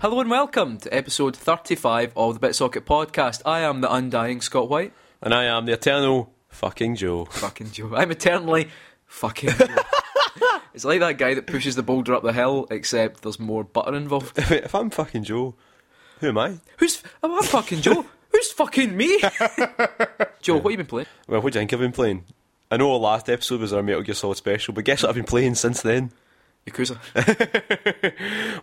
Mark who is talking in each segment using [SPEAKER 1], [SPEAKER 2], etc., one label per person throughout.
[SPEAKER 1] Hello and welcome to episode 35 of the BitSocket podcast. I am the undying Scott White.
[SPEAKER 2] And I am the eternal fucking Joe.
[SPEAKER 1] Fucking Joe. I'm eternally fucking Joe. it's like that guy that pushes the boulder up the hill, except there's more butter involved.
[SPEAKER 2] If, if I'm fucking Joe, who am I?
[SPEAKER 1] Who's. Am I fucking Joe? Who's fucking me? Joe, what have you been playing?
[SPEAKER 2] Well, what do you think I've been playing? I know our last episode was our Metal Gear Solid special, but guess what I've been playing since then?
[SPEAKER 1] Yakuza.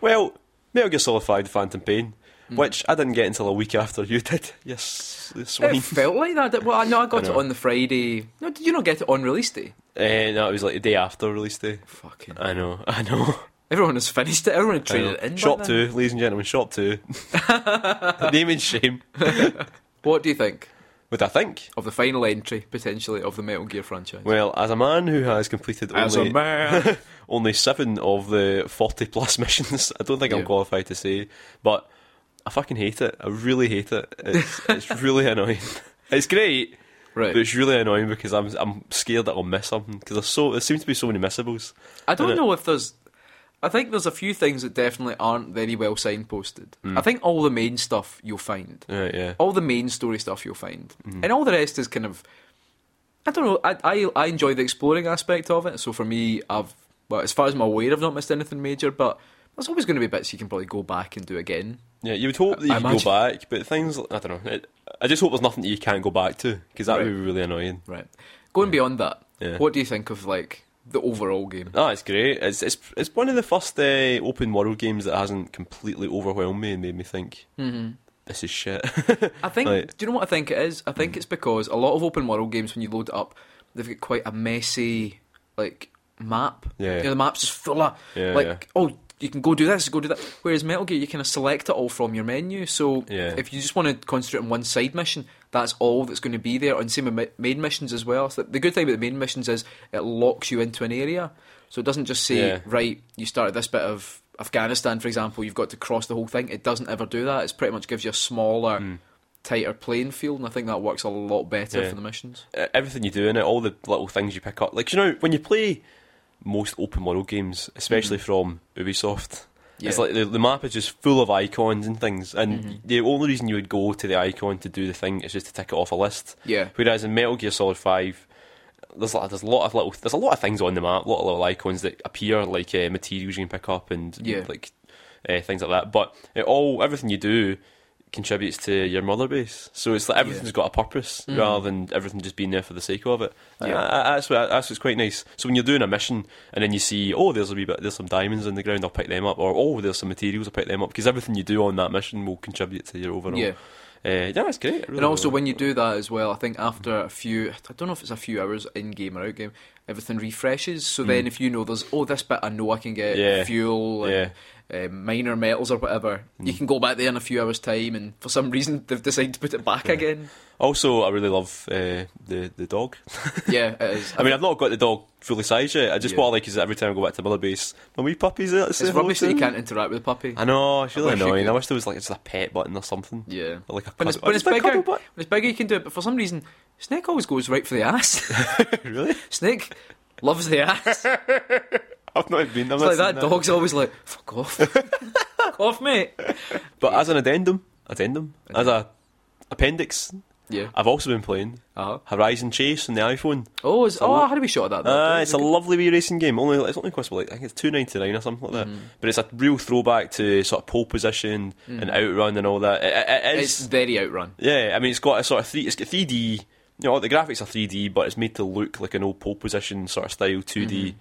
[SPEAKER 2] Well, Metal Gear Solid 5 The Phantom Pain,
[SPEAKER 1] Hmm.
[SPEAKER 2] which I didn't get until a week after you did. Yes,
[SPEAKER 1] It
[SPEAKER 2] swine.
[SPEAKER 1] felt like that. did- Well, I know I got
[SPEAKER 2] I
[SPEAKER 1] it
[SPEAKER 2] know.
[SPEAKER 1] on the Friday. No, did you not get it on release day?
[SPEAKER 2] Eh, no, it was like the day after release day.
[SPEAKER 1] Fucking.
[SPEAKER 2] I know, I know.
[SPEAKER 1] Everyone has finished it. Everyone had
[SPEAKER 2] I know.
[SPEAKER 1] traded it in. by
[SPEAKER 2] Shop
[SPEAKER 1] then.
[SPEAKER 2] 2, ladies and gentlemen, Shop 2. Name and shame.
[SPEAKER 1] What do you think
[SPEAKER 2] What I think?
[SPEAKER 1] of the final entry, potentially, of the Metal Gear franchise?
[SPEAKER 2] Well, as a man who has completed
[SPEAKER 1] As a
[SPEAKER 2] only,
[SPEAKER 1] man.
[SPEAKER 2] only seven of the 40 plus missions, I don't think
[SPEAKER 1] Yeah.
[SPEAKER 2] I'm qualified to say, but I fucking hate it. I really hate it. It's, it's really annoying. It's great,
[SPEAKER 1] Right.
[SPEAKER 2] but it's really annoying because I'm I'm scared that I'll miss something because there's so there seems to be so many missables.
[SPEAKER 1] I don't
[SPEAKER 2] Innit?
[SPEAKER 1] know if there's. I think there's a few things that definitely aren't very well signposted.
[SPEAKER 2] Hmm.
[SPEAKER 1] I think all the main stuff you'll find,
[SPEAKER 2] Right, yeah.
[SPEAKER 1] all the main story stuff you'll find,
[SPEAKER 2] Hmm.
[SPEAKER 1] and all the rest is kind of. I don't know. I, I I enjoy the exploring aspect of it. So for me, I've well, as far as I'm aware, I've not missed anything major. But there's always going to be bits you can probably go back and do again.
[SPEAKER 2] Yeah, you would hope that
[SPEAKER 1] I
[SPEAKER 2] you could go
[SPEAKER 1] imagine-
[SPEAKER 2] back, but things I don't know. It, I just hope there's nothing that you can't go back to because that
[SPEAKER 1] Right.
[SPEAKER 2] would be really annoying.
[SPEAKER 1] Right. Going beyond that,
[SPEAKER 2] Yeah.
[SPEAKER 1] what do you think of like the overall game?
[SPEAKER 2] Ah, it's great. It's it's it's one of the first uh, open world games that hasn't completely overwhelmed me and made me think
[SPEAKER 1] Mm-hmm.
[SPEAKER 2] this is shit.
[SPEAKER 1] I think.
[SPEAKER 2] Right.
[SPEAKER 1] Do you know what I think it is? I think it's because a lot of open world games, when you load it up, they've got quite a messy like map.
[SPEAKER 2] Yeah.
[SPEAKER 1] You know, the map's just full of
[SPEAKER 2] Yeah,
[SPEAKER 1] like
[SPEAKER 2] yeah.
[SPEAKER 1] oh. You can go do this, go do that. Whereas Metal Gear, you kind of select it all from your menu. So
[SPEAKER 2] Yeah.
[SPEAKER 1] if you just want to concentrate on one side mission, that's all that's going to be there. And same with ma- main missions as well. So the good thing about the main missions is it locks you into an area, so it doesn't just say
[SPEAKER 2] Yeah.
[SPEAKER 1] right. You start at this bit of Afghanistan, for example. You've got to cross the whole thing. It doesn't ever do that. It's pretty much gives you a smaller tighter playing field, and I think that works a lot better
[SPEAKER 2] Yeah.
[SPEAKER 1] for the missions.
[SPEAKER 2] Uh, Everything you do in it, all the little things you pick up, like you know, when you play most open world games, especially from Ubisoft, it's
[SPEAKER 1] Yeah.
[SPEAKER 2] like the, the map is just full of icons and things, and the only reason you would go to the icon to do the thing is just to tick it off a list.
[SPEAKER 1] Yeah.
[SPEAKER 2] Whereas in Metal Gear Solid Five, there's like, there's a lot of little there's a lot of things on the map, a lot of little icons that appear like uh, materials you can pick up and
[SPEAKER 1] Yeah.
[SPEAKER 2] like uh, things like that. But it all everything you do contributes to your mother base, so it's like everything's got a purpose rather than everything just being there for the sake of it.
[SPEAKER 1] Yeah.
[SPEAKER 2] Yeah, that's what that's what's quite nice. So when you're doing a mission and then you see oh there's a wee bit there's some diamonds in the ground I'll pick them up or oh there's some materials I'll pick them up because everything you do on that mission will contribute to your overall.
[SPEAKER 1] Yeah.
[SPEAKER 2] Uh, yeah, it's great. I really
[SPEAKER 1] and also,
[SPEAKER 2] like it.
[SPEAKER 1] when you do that as well, I think after a few, I don't know if it's a few hours in game or out game, everything refreshes. So then, if you know there's, oh, this bit I know I can get
[SPEAKER 2] Hmm. Yeah.
[SPEAKER 1] fuel and uh, minor metals or whatever,
[SPEAKER 2] Hmm.
[SPEAKER 1] you can go back there in a few hours' time, and for some reason, they've decided to put it back again.
[SPEAKER 2] Also, I really love uh, the the dog.
[SPEAKER 1] Yeah, it is.
[SPEAKER 2] I mean, I've not got the dog fully sized yet. I just
[SPEAKER 1] Yeah.
[SPEAKER 2] what I like is that every time I go back to Mother Base, my wee puppy's there. to say
[SPEAKER 1] it's
[SPEAKER 2] hello
[SPEAKER 1] rubbish
[SPEAKER 2] to
[SPEAKER 1] that you
[SPEAKER 2] me.
[SPEAKER 1] can't interact with a puppy.
[SPEAKER 2] I know it's really
[SPEAKER 1] wish you
[SPEAKER 2] annoying. I
[SPEAKER 1] could.
[SPEAKER 2] wish there was like just a pet button or something.
[SPEAKER 1] Yeah.
[SPEAKER 2] Or, like a
[SPEAKER 1] When it's,
[SPEAKER 2] cuddle-
[SPEAKER 1] when, it's
[SPEAKER 2] just a
[SPEAKER 1] bigger,
[SPEAKER 2] cuddle
[SPEAKER 1] when it's bigger, you can do it, but for some reason, Snake always goes right for the ass.
[SPEAKER 2] button. really?
[SPEAKER 1] Snake loves the ass.
[SPEAKER 2] I've not been. I've
[SPEAKER 1] It's like
[SPEAKER 2] not
[SPEAKER 1] that
[SPEAKER 2] seen
[SPEAKER 1] dog's always like, fuck off. fuck off, mate.
[SPEAKER 2] But as an addendum, addendum, as a appendix,
[SPEAKER 1] Yeah.
[SPEAKER 2] I've also been playing
[SPEAKER 1] Uh-huh.
[SPEAKER 2] Horizon Chase on the iPhone.
[SPEAKER 1] Oh, is, oh,
[SPEAKER 2] lo-
[SPEAKER 1] how do we shot at that?
[SPEAKER 2] Uh,
[SPEAKER 1] though?
[SPEAKER 2] it's a lovely wee racing game. Only it's only cost like I think it's two ninety nine or something
[SPEAKER 1] Mm.
[SPEAKER 2] like that. But it's a real throwback to sort of pole position and outrun and all that. It- it- it
[SPEAKER 1] Mm. It's
[SPEAKER 2] is,
[SPEAKER 1] very outrun.
[SPEAKER 2] yeah. I mean, it's got a sort of three. It's got three D. You know, the graphics are three D, but it's made to look like an old pole position sort of style, two D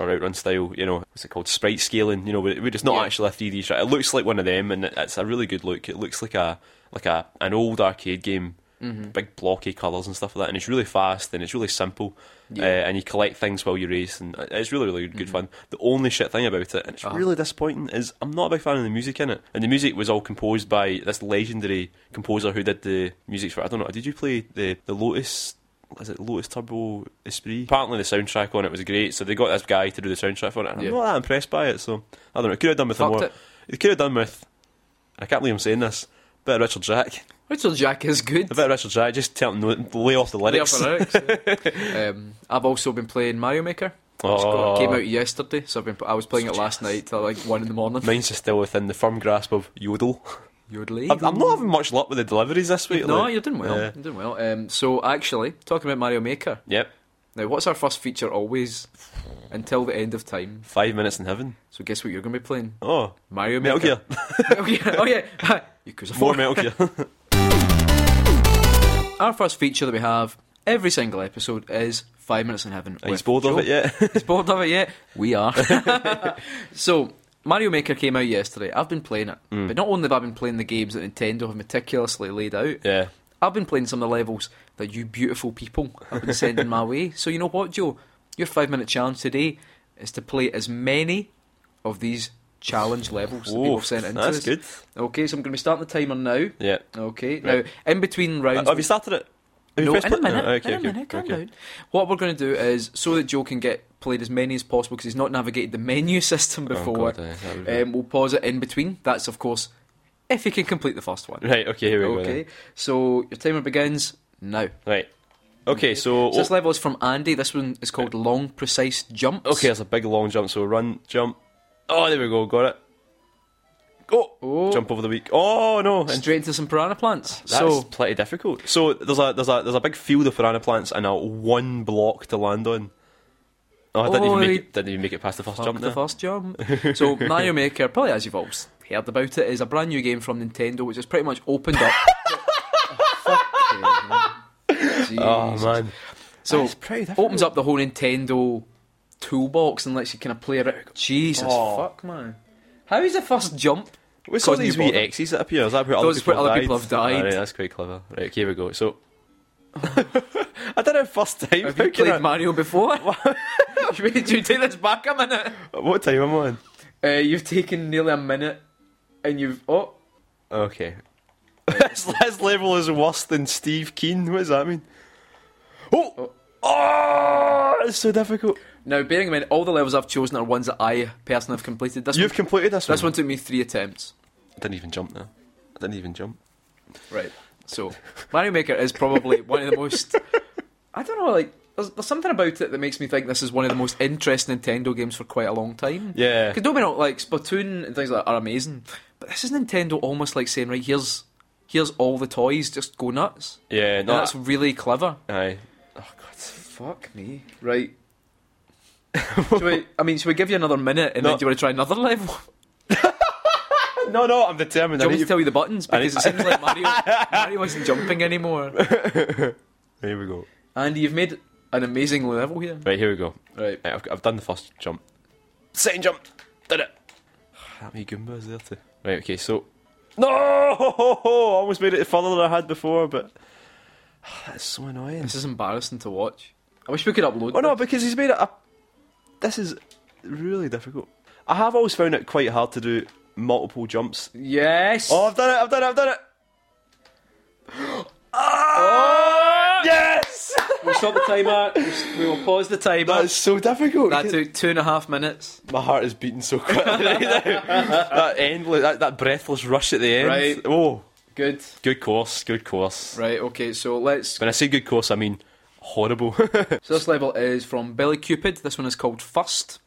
[SPEAKER 2] or outrun style. You know, what's it called? Sprite scaling. You know, but, it- but it's not
[SPEAKER 1] Yeah.
[SPEAKER 2] actually a three D shot. It looks like one of them, and it- it's a really good look. It looks like a like a an old arcade game.
[SPEAKER 1] Mm-hmm.
[SPEAKER 2] Big blocky colours and stuff like that, and it's really fast and it's really simple,
[SPEAKER 1] Yeah. Mm-hmm.
[SPEAKER 2] uh, and you collect things while you race, and it's really really good fun. The only shit thing about it, and it's
[SPEAKER 1] Uh-huh.
[SPEAKER 2] really disappointing, is I'm not a big fan of the music in it, and the music was all composed by this legendary composer who did the music for I don't know. Did you play the the Lotus? Is it Lotus Turbo Esprit? Apparently, the soundtrack on it was great, so they got this guy to do the soundtrack for it. And
[SPEAKER 1] Yeah.
[SPEAKER 2] I'm not that impressed by it, so I don't know. It could have done with a
[SPEAKER 1] Fucked
[SPEAKER 2] more.
[SPEAKER 1] it.
[SPEAKER 2] It could have done with. I can't believe I'm saying this. Bit of Richard Jack.
[SPEAKER 1] Richard Jack is good.
[SPEAKER 2] A bit of Richard Jack. Just tell him no, lay off the
[SPEAKER 1] Lay
[SPEAKER 2] lyrics.
[SPEAKER 1] off the lyrics, yeah. um, I've also been playing Mario Maker. It's got-
[SPEAKER 2] Oh.
[SPEAKER 1] it came out yesterday, so I've been, I was playing it last night till like one in the morning.
[SPEAKER 2] Mine's is still within the firm grasp of yodel.
[SPEAKER 1] Yodel.
[SPEAKER 2] I'm, I'm not having much luck with the deliveries this week.
[SPEAKER 1] No,
[SPEAKER 2] like.
[SPEAKER 1] you're doing well.
[SPEAKER 2] Yeah.
[SPEAKER 1] You're doing well. Um, so actually, talking about Mario Maker.
[SPEAKER 2] Yep,
[SPEAKER 1] Now, what's our first feature always until the end of time?
[SPEAKER 2] five minutes in heaven.
[SPEAKER 1] So guess what you're going to be playing?
[SPEAKER 2] Oh,
[SPEAKER 1] Mario Maker.
[SPEAKER 2] Metal Gear.
[SPEAKER 1] Metal Gear. Oh yeah. Because
[SPEAKER 2] More Metal Gear.
[SPEAKER 1] Our first feature that we have every single episode is five minutes in heaven.
[SPEAKER 2] Are you
[SPEAKER 1] with
[SPEAKER 2] bored of
[SPEAKER 1] Joe.
[SPEAKER 2] it yet?
[SPEAKER 1] He's bored of it yet? We are. so, Mario Maker came out yesterday. I've been playing it.
[SPEAKER 2] Mm.
[SPEAKER 1] But not only have I been playing the games that Nintendo have meticulously laid out,
[SPEAKER 2] yeah.
[SPEAKER 1] I've been playing some of the levels that you beautiful people have been sending my way. So, you know what, Joe? Your five minute challenge today is to play as many of these challenge levels that people
[SPEAKER 2] Whoa,
[SPEAKER 1] have sent into
[SPEAKER 2] Oh, that's
[SPEAKER 1] us.
[SPEAKER 2] good.
[SPEAKER 1] Okay, so I'm going to be starting the timer now.
[SPEAKER 2] Yeah.
[SPEAKER 1] Okay,
[SPEAKER 2] Right.
[SPEAKER 1] now in between
[SPEAKER 2] Uh,
[SPEAKER 1] rounds,
[SPEAKER 2] have you started it? Have you
[SPEAKER 1] no, in
[SPEAKER 2] pressed
[SPEAKER 1] a
[SPEAKER 2] play- no,
[SPEAKER 1] minute.
[SPEAKER 2] uh, okay,
[SPEAKER 1] in a
[SPEAKER 2] okay,
[SPEAKER 1] minute, calm
[SPEAKER 2] okay.
[SPEAKER 1] down. What we're going to do is so that Joe can get played as many as possible because he's not navigated the menu system
[SPEAKER 2] Oh,
[SPEAKER 1] before.
[SPEAKER 2] God, aye, that would be-
[SPEAKER 1] um, we'll pause it in between. That's of course if he can complete the first one.
[SPEAKER 2] Right, okay, here we go.
[SPEAKER 1] Okay,
[SPEAKER 2] then.
[SPEAKER 1] so your timer begins now.
[SPEAKER 2] Right. Okay, so.
[SPEAKER 1] So this level is from Andy. This one is called Long Precise Jumps.
[SPEAKER 2] Okay, that's a big long jump. So run, jump. Oh, there we go. Got it. Go.
[SPEAKER 1] Oh.
[SPEAKER 2] Jump over the week. Oh no. And
[SPEAKER 1] straight into some piranha plants.
[SPEAKER 2] that's
[SPEAKER 1] so
[SPEAKER 2] pretty difficult. So there's a there's a there's a big field of piranha plants and a one block to land on. Oh, I didn't
[SPEAKER 1] Oh,
[SPEAKER 2] even make
[SPEAKER 1] he-
[SPEAKER 2] it, didn't even make it past the first
[SPEAKER 1] Fuck
[SPEAKER 2] jump.
[SPEAKER 1] the
[SPEAKER 2] there.
[SPEAKER 1] first jump. so Mario Maker, probably as you've all heard about it, is a brand new game from Nintendo, which has pretty much opened up. oh, fucking hell.
[SPEAKER 2] Oh
[SPEAKER 1] Jesus.
[SPEAKER 2] man.
[SPEAKER 1] So
[SPEAKER 2] That's pretty difficult.
[SPEAKER 1] opens up the whole Nintendo toolbox and lets you kind of play around. Jesus
[SPEAKER 2] Oh.
[SPEAKER 1] fuck, man! How is the first jump?
[SPEAKER 2] What's all
[SPEAKER 1] Causing you
[SPEAKER 2] these wee
[SPEAKER 1] bother.
[SPEAKER 2] X's that appear? Is that where other
[SPEAKER 1] Those
[SPEAKER 2] people,
[SPEAKER 1] where other
[SPEAKER 2] have
[SPEAKER 1] people
[SPEAKER 2] died?
[SPEAKER 1] have died.
[SPEAKER 2] Alright, that's quite clever. Right, here we go. So I did it first time.
[SPEAKER 1] Have
[SPEAKER 2] How
[SPEAKER 1] you
[SPEAKER 2] can
[SPEAKER 1] played
[SPEAKER 2] I-
[SPEAKER 1] Mario before? Should you take this back a minute?
[SPEAKER 2] What time am I on?
[SPEAKER 1] Uh, you've taken nearly a minute, and you've oh.
[SPEAKER 2] Okay. this, this level is worse than Steve Keen. What does that mean? Oh! Oh! It's so difficult.
[SPEAKER 1] Now, bearing in mind, all the levels I've chosen are ones that I personally have completed. This
[SPEAKER 2] You've completed this one.
[SPEAKER 1] This one took me three attempts.
[SPEAKER 2] I didn't even jump now. I didn't even jump.
[SPEAKER 1] Right. So, Mario Maker is probably one of the most. I don't know, like, there's, there's something about it that makes me think this is one of the most interesting Nintendo games for quite a long time.
[SPEAKER 2] Yeah.
[SPEAKER 1] Because don't be wrong, like, Splatoon and things like that are amazing. But this is Nintendo almost like saying, right, here's here's all the toys, just go nuts.
[SPEAKER 2] Yeah,
[SPEAKER 1] And
[SPEAKER 2] no.
[SPEAKER 1] that's really clever.
[SPEAKER 2] aye. Oh, God.
[SPEAKER 1] Fuck me. Right. Should we, I mean, should we give you another minute and
[SPEAKER 2] No.
[SPEAKER 1] then do you want to try another level?
[SPEAKER 2] No, no, I'm determined.
[SPEAKER 1] Do you
[SPEAKER 2] I
[SPEAKER 1] want me
[SPEAKER 2] need
[SPEAKER 1] to tell you the buttons?
[SPEAKER 2] I need-
[SPEAKER 1] Because it seems like Mario, Mario isn't jumping anymore.
[SPEAKER 2] to- Here we go.
[SPEAKER 1] Andy, you've made an amazing level here.
[SPEAKER 2] Right, here we go.
[SPEAKER 1] Right.
[SPEAKER 2] Right, I've, I've done the first jump. Second jump. Did it. That wee Goomba is there too. Right, okay, so. No! I almost made it further than I had before, but. That's so annoying.
[SPEAKER 1] This is embarrassing to watch. I wish we could upload.
[SPEAKER 2] Oh no,
[SPEAKER 1] this.
[SPEAKER 2] because he's made it a. This is really difficult. I have always found it quite hard to do multiple jumps.
[SPEAKER 1] Yes.
[SPEAKER 2] Oh, I've done it! I've done it! I've done it!
[SPEAKER 1] Oh!
[SPEAKER 2] Ah, Yes!
[SPEAKER 1] we'll stop the timer. We'll s- We will pause the timer.
[SPEAKER 2] That is so difficult.
[SPEAKER 1] that took two and a half minutes.
[SPEAKER 2] My heart is beating so quick right now. that endless, that, that breathless rush at the end.
[SPEAKER 1] Right.
[SPEAKER 2] Oh,
[SPEAKER 1] Good.
[SPEAKER 2] good course, good course.
[SPEAKER 1] Right. Okay. So let's.
[SPEAKER 2] When I say good course, I mean horrible.
[SPEAKER 1] So this level is from Billy Cupid. This one is called First.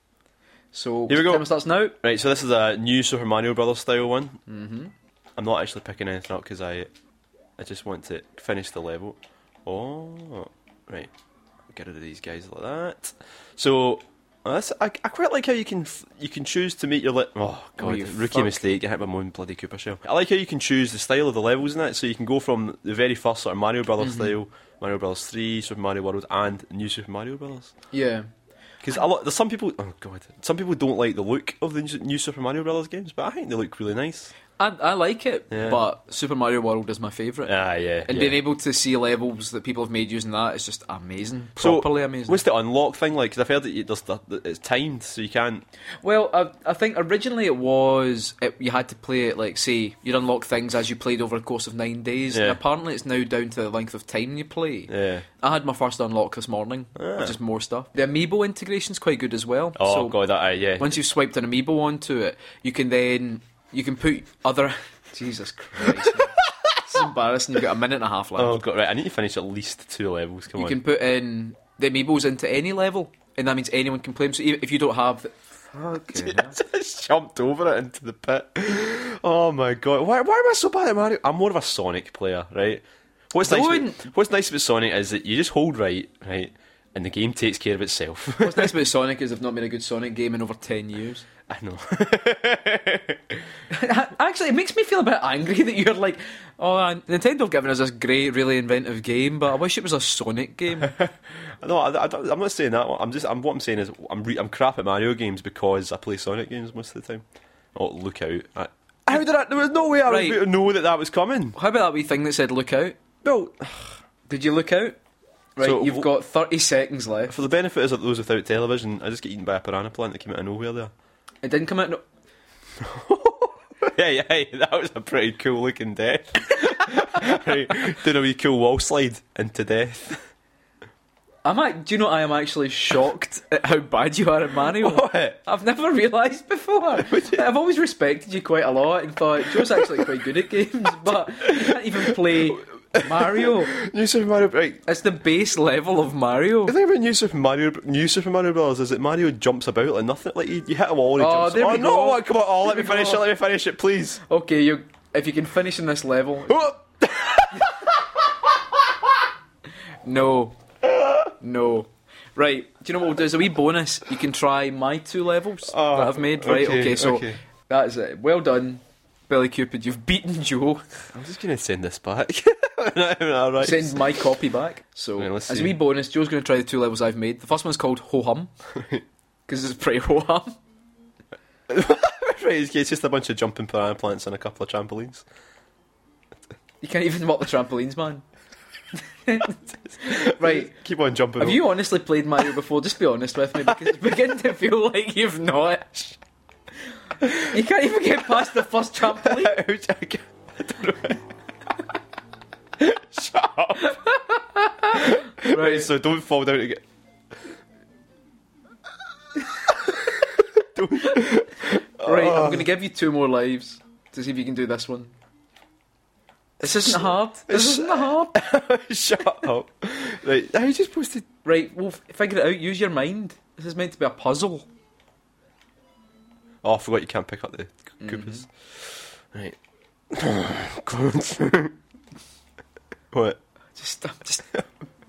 [SPEAKER 1] So
[SPEAKER 2] Here we go.
[SPEAKER 1] Timer starts now.
[SPEAKER 2] Right, so this is a new Super Mario Brothers style one. Mm-hmm. I'm not actually picking anything up because I, I just want to finish the level. Oh, right, get rid of these guys like that. So uh, that's, I, I quite like how you can f- you can choose to make your le- oh god
[SPEAKER 1] you
[SPEAKER 2] rookie
[SPEAKER 1] fuck.
[SPEAKER 2] mistake. I hit my own bloody Cooper shell. I like how you can choose the style of the levels in that, so you can go from the very first sort of Mario Brothers style, Mario Brothers Three, Super Mario World, and New Super Mario Brothers.
[SPEAKER 1] Yeah.
[SPEAKER 2] Because a lot, there's some people. Oh god, some people don't like the look of the new Super Mario Brothers games, but I think they look really nice.
[SPEAKER 1] I, I like it,
[SPEAKER 2] Yeah.
[SPEAKER 1] but Super Mario World is my favourite.
[SPEAKER 2] Ah, yeah.
[SPEAKER 1] And
[SPEAKER 2] yeah.
[SPEAKER 1] being able to see levels that people have made using that is just amazing.
[SPEAKER 2] So,
[SPEAKER 1] Properly amazing.
[SPEAKER 2] What's the unlock thing like? Because I've heard that you, there's the, that it's timed, so you can't.
[SPEAKER 1] Well, I, I think originally it was it, you had to play it like say you'd unlock things as you played over a course of nine days.
[SPEAKER 2] Yeah.
[SPEAKER 1] And apparently, it's now down to the length of time you play.
[SPEAKER 2] Yeah.
[SPEAKER 1] I had my first unlock this morning,
[SPEAKER 2] Ah.
[SPEAKER 1] which is more stuff. The amiibo integration's quite good as well.
[SPEAKER 2] Oh
[SPEAKER 1] so
[SPEAKER 2] god, that aye, yeah.
[SPEAKER 1] once you've swiped an amiibo onto it, you can then you can put other. Jesus Christ, it's embarrassing. You've got a minute and a half left.
[SPEAKER 2] Oh god, right. I need to finish at least two levels. Oh, Come
[SPEAKER 1] you
[SPEAKER 2] on.
[SPEAKER 1] can put in the amiibos into any level. and that means anyone can play them. So e- if you don't have, fucking hell.
[SPEAKER 2] just jumped over it into the pit. Oh my god! Why, why am I so bad at Mario? I'm more of a Sonic player, right? What's nice?
[SPEAKER 1] Don't.
[SPEAKER 2] About, what's nice about Sonic is that you just hold right, right, and the game takes care of itself.
[SPEAKER 1] what's nice about Sonic is they've not made a good Sonic game in over ten years.
[SPEAKER 2] I know.
[SPEAKER 1] Actually, it makes me feel a bit angry that you're like, oh, uh, Nintendo have given us this great, really inventive game, but I wish it was a Sonic game.
[SPEAKER 2] no, I, am not saying that. I'm just. I'm what I'm saying is I'm re, I'm crap at Mario games because I play Sonic games most of the time. Oh, look out! I, how did I? There was no way I
[SPEAKER 1] Right.
[SPEAKER 2] would be- know that that was coming.
[SPEAKER 1] How about that wee thing that said "look out"?
[SPEAKER 2] No.
[SPEAKER 1] Did you look out? Right,
[SPEAKER 2] So
[SPEAKER 1] you've
[SPEAKER 2] wh-
[SPEAKER 1] got thirty seconds left.
[SPEAKER 2] For the benefit of those without television, I just get eaten by a piranha plant that came out of nowhere there.
[SPEAKER 1] It didn't come out. No-
[SPEAKER 2] hey, hey, that was a pretty cool looking death. right, did a wee cool wall slide into death.
[SPEAKER 1] I'm. Act- Do you know? I am actually shocked at how bad you are at Mario.
[SPEAKER 2] What?
[SPEAKER 1] I've never realised before. I've always respected you quite a lot and thought Joe's actually quite good at games, but you can't even play Mario.
[SPEAKER 2] New Super Mario. Right.
[SPEAKER 1] It's the base level of Mario.
[SPEAKER 2] The thing about New Super Mario, New Super Mario Bros. is that Mario jumps about like nothing. Like you, you hit a wall and he
[SPEAKER 1] Oh,
[SPEAKER 2] jumps.
[SPEAKER 1] there
[SPEAKER 2] oh
[SPEAKER 1] we
[SPEAKER 2] no!
[SPEAKER 1] go.
[SPEAKER 2] Come on! Oh, let
[SPEAKER 1] There
[SPEAKER 2] me
[SPEAKER 1] we
[SPEAKER 2] finish
[SPEAKER 1] go.
[SPEAKER 2] it. Let me finish it, please.
[SPEAKER 1] Okay, you. If you can finish in this level,
[SPEAKER 2] Oh,
[SPEAKER 1] no, no. Right, do you know what we'll do? As a wee bonus, you can try my two levels
[SPEAKER 2] Oh,
[SPEAKER 1] that I've made. Right, okay,
[SPEAKER 2] okay,
[SPEAKER 1] so
[SPEAKER 2] okay.
[SPEAKER 1] that is it. Well done, Billy Cupid. You've beaten Joe.
[SPEAKER 2] I'm just gonna send this back. Not even alright.
[SPEAKER 1] Send my copy back. So,
[SPEAKER 2] Right, let's
[SPEAKER 1] as a
[SPEAKER 2] see.
[SPEAKER 1] wee bonus, Joe's going to try the two levels I've made. The first one's called Ho Hum, because it's pretty ho hum.
[SPEAKER 2] Right, it's it's just a bunch of jumping piranha plants and a couple of trampolines.
[SPEAKER 1] You can't even walk the trampolines, man. right.
[SPEAKER 2] Keep on jumping.
[SPEAKER 1] Have you honestly played Mario before? Just be honest with me because it's beginning to feel like you've not. You can't even get past the first trampoline.
[SPEAKER 2] I don't know. Shut up.
[SPEAKER 1] Right.
[SPEAKER 2] So don't fall down again.
[SPEAKER 1] Right, I'm
[SPEAKER 2] Oh.
[SPEAKER 1] going to give you two more lives to see if you can do this one. This isn't hard. This
[SPEAKER 2] it's-
[SPEAKER 1] isn't hard.
[SPEAKER 2] Shut up. Right, how are you supposed to?
[SPEAKER 1] Right, well, f- figure it out. Use your mind. This is meant to be a puzzle.
[SPEAKER 2] Oh, I forgot you can't pick up the c- Koopas.
[SPEAKER 1] Mm-hmm.
[SPEAKER 2] Right. God. what?
[SPEAKER 1] Just, I'm just,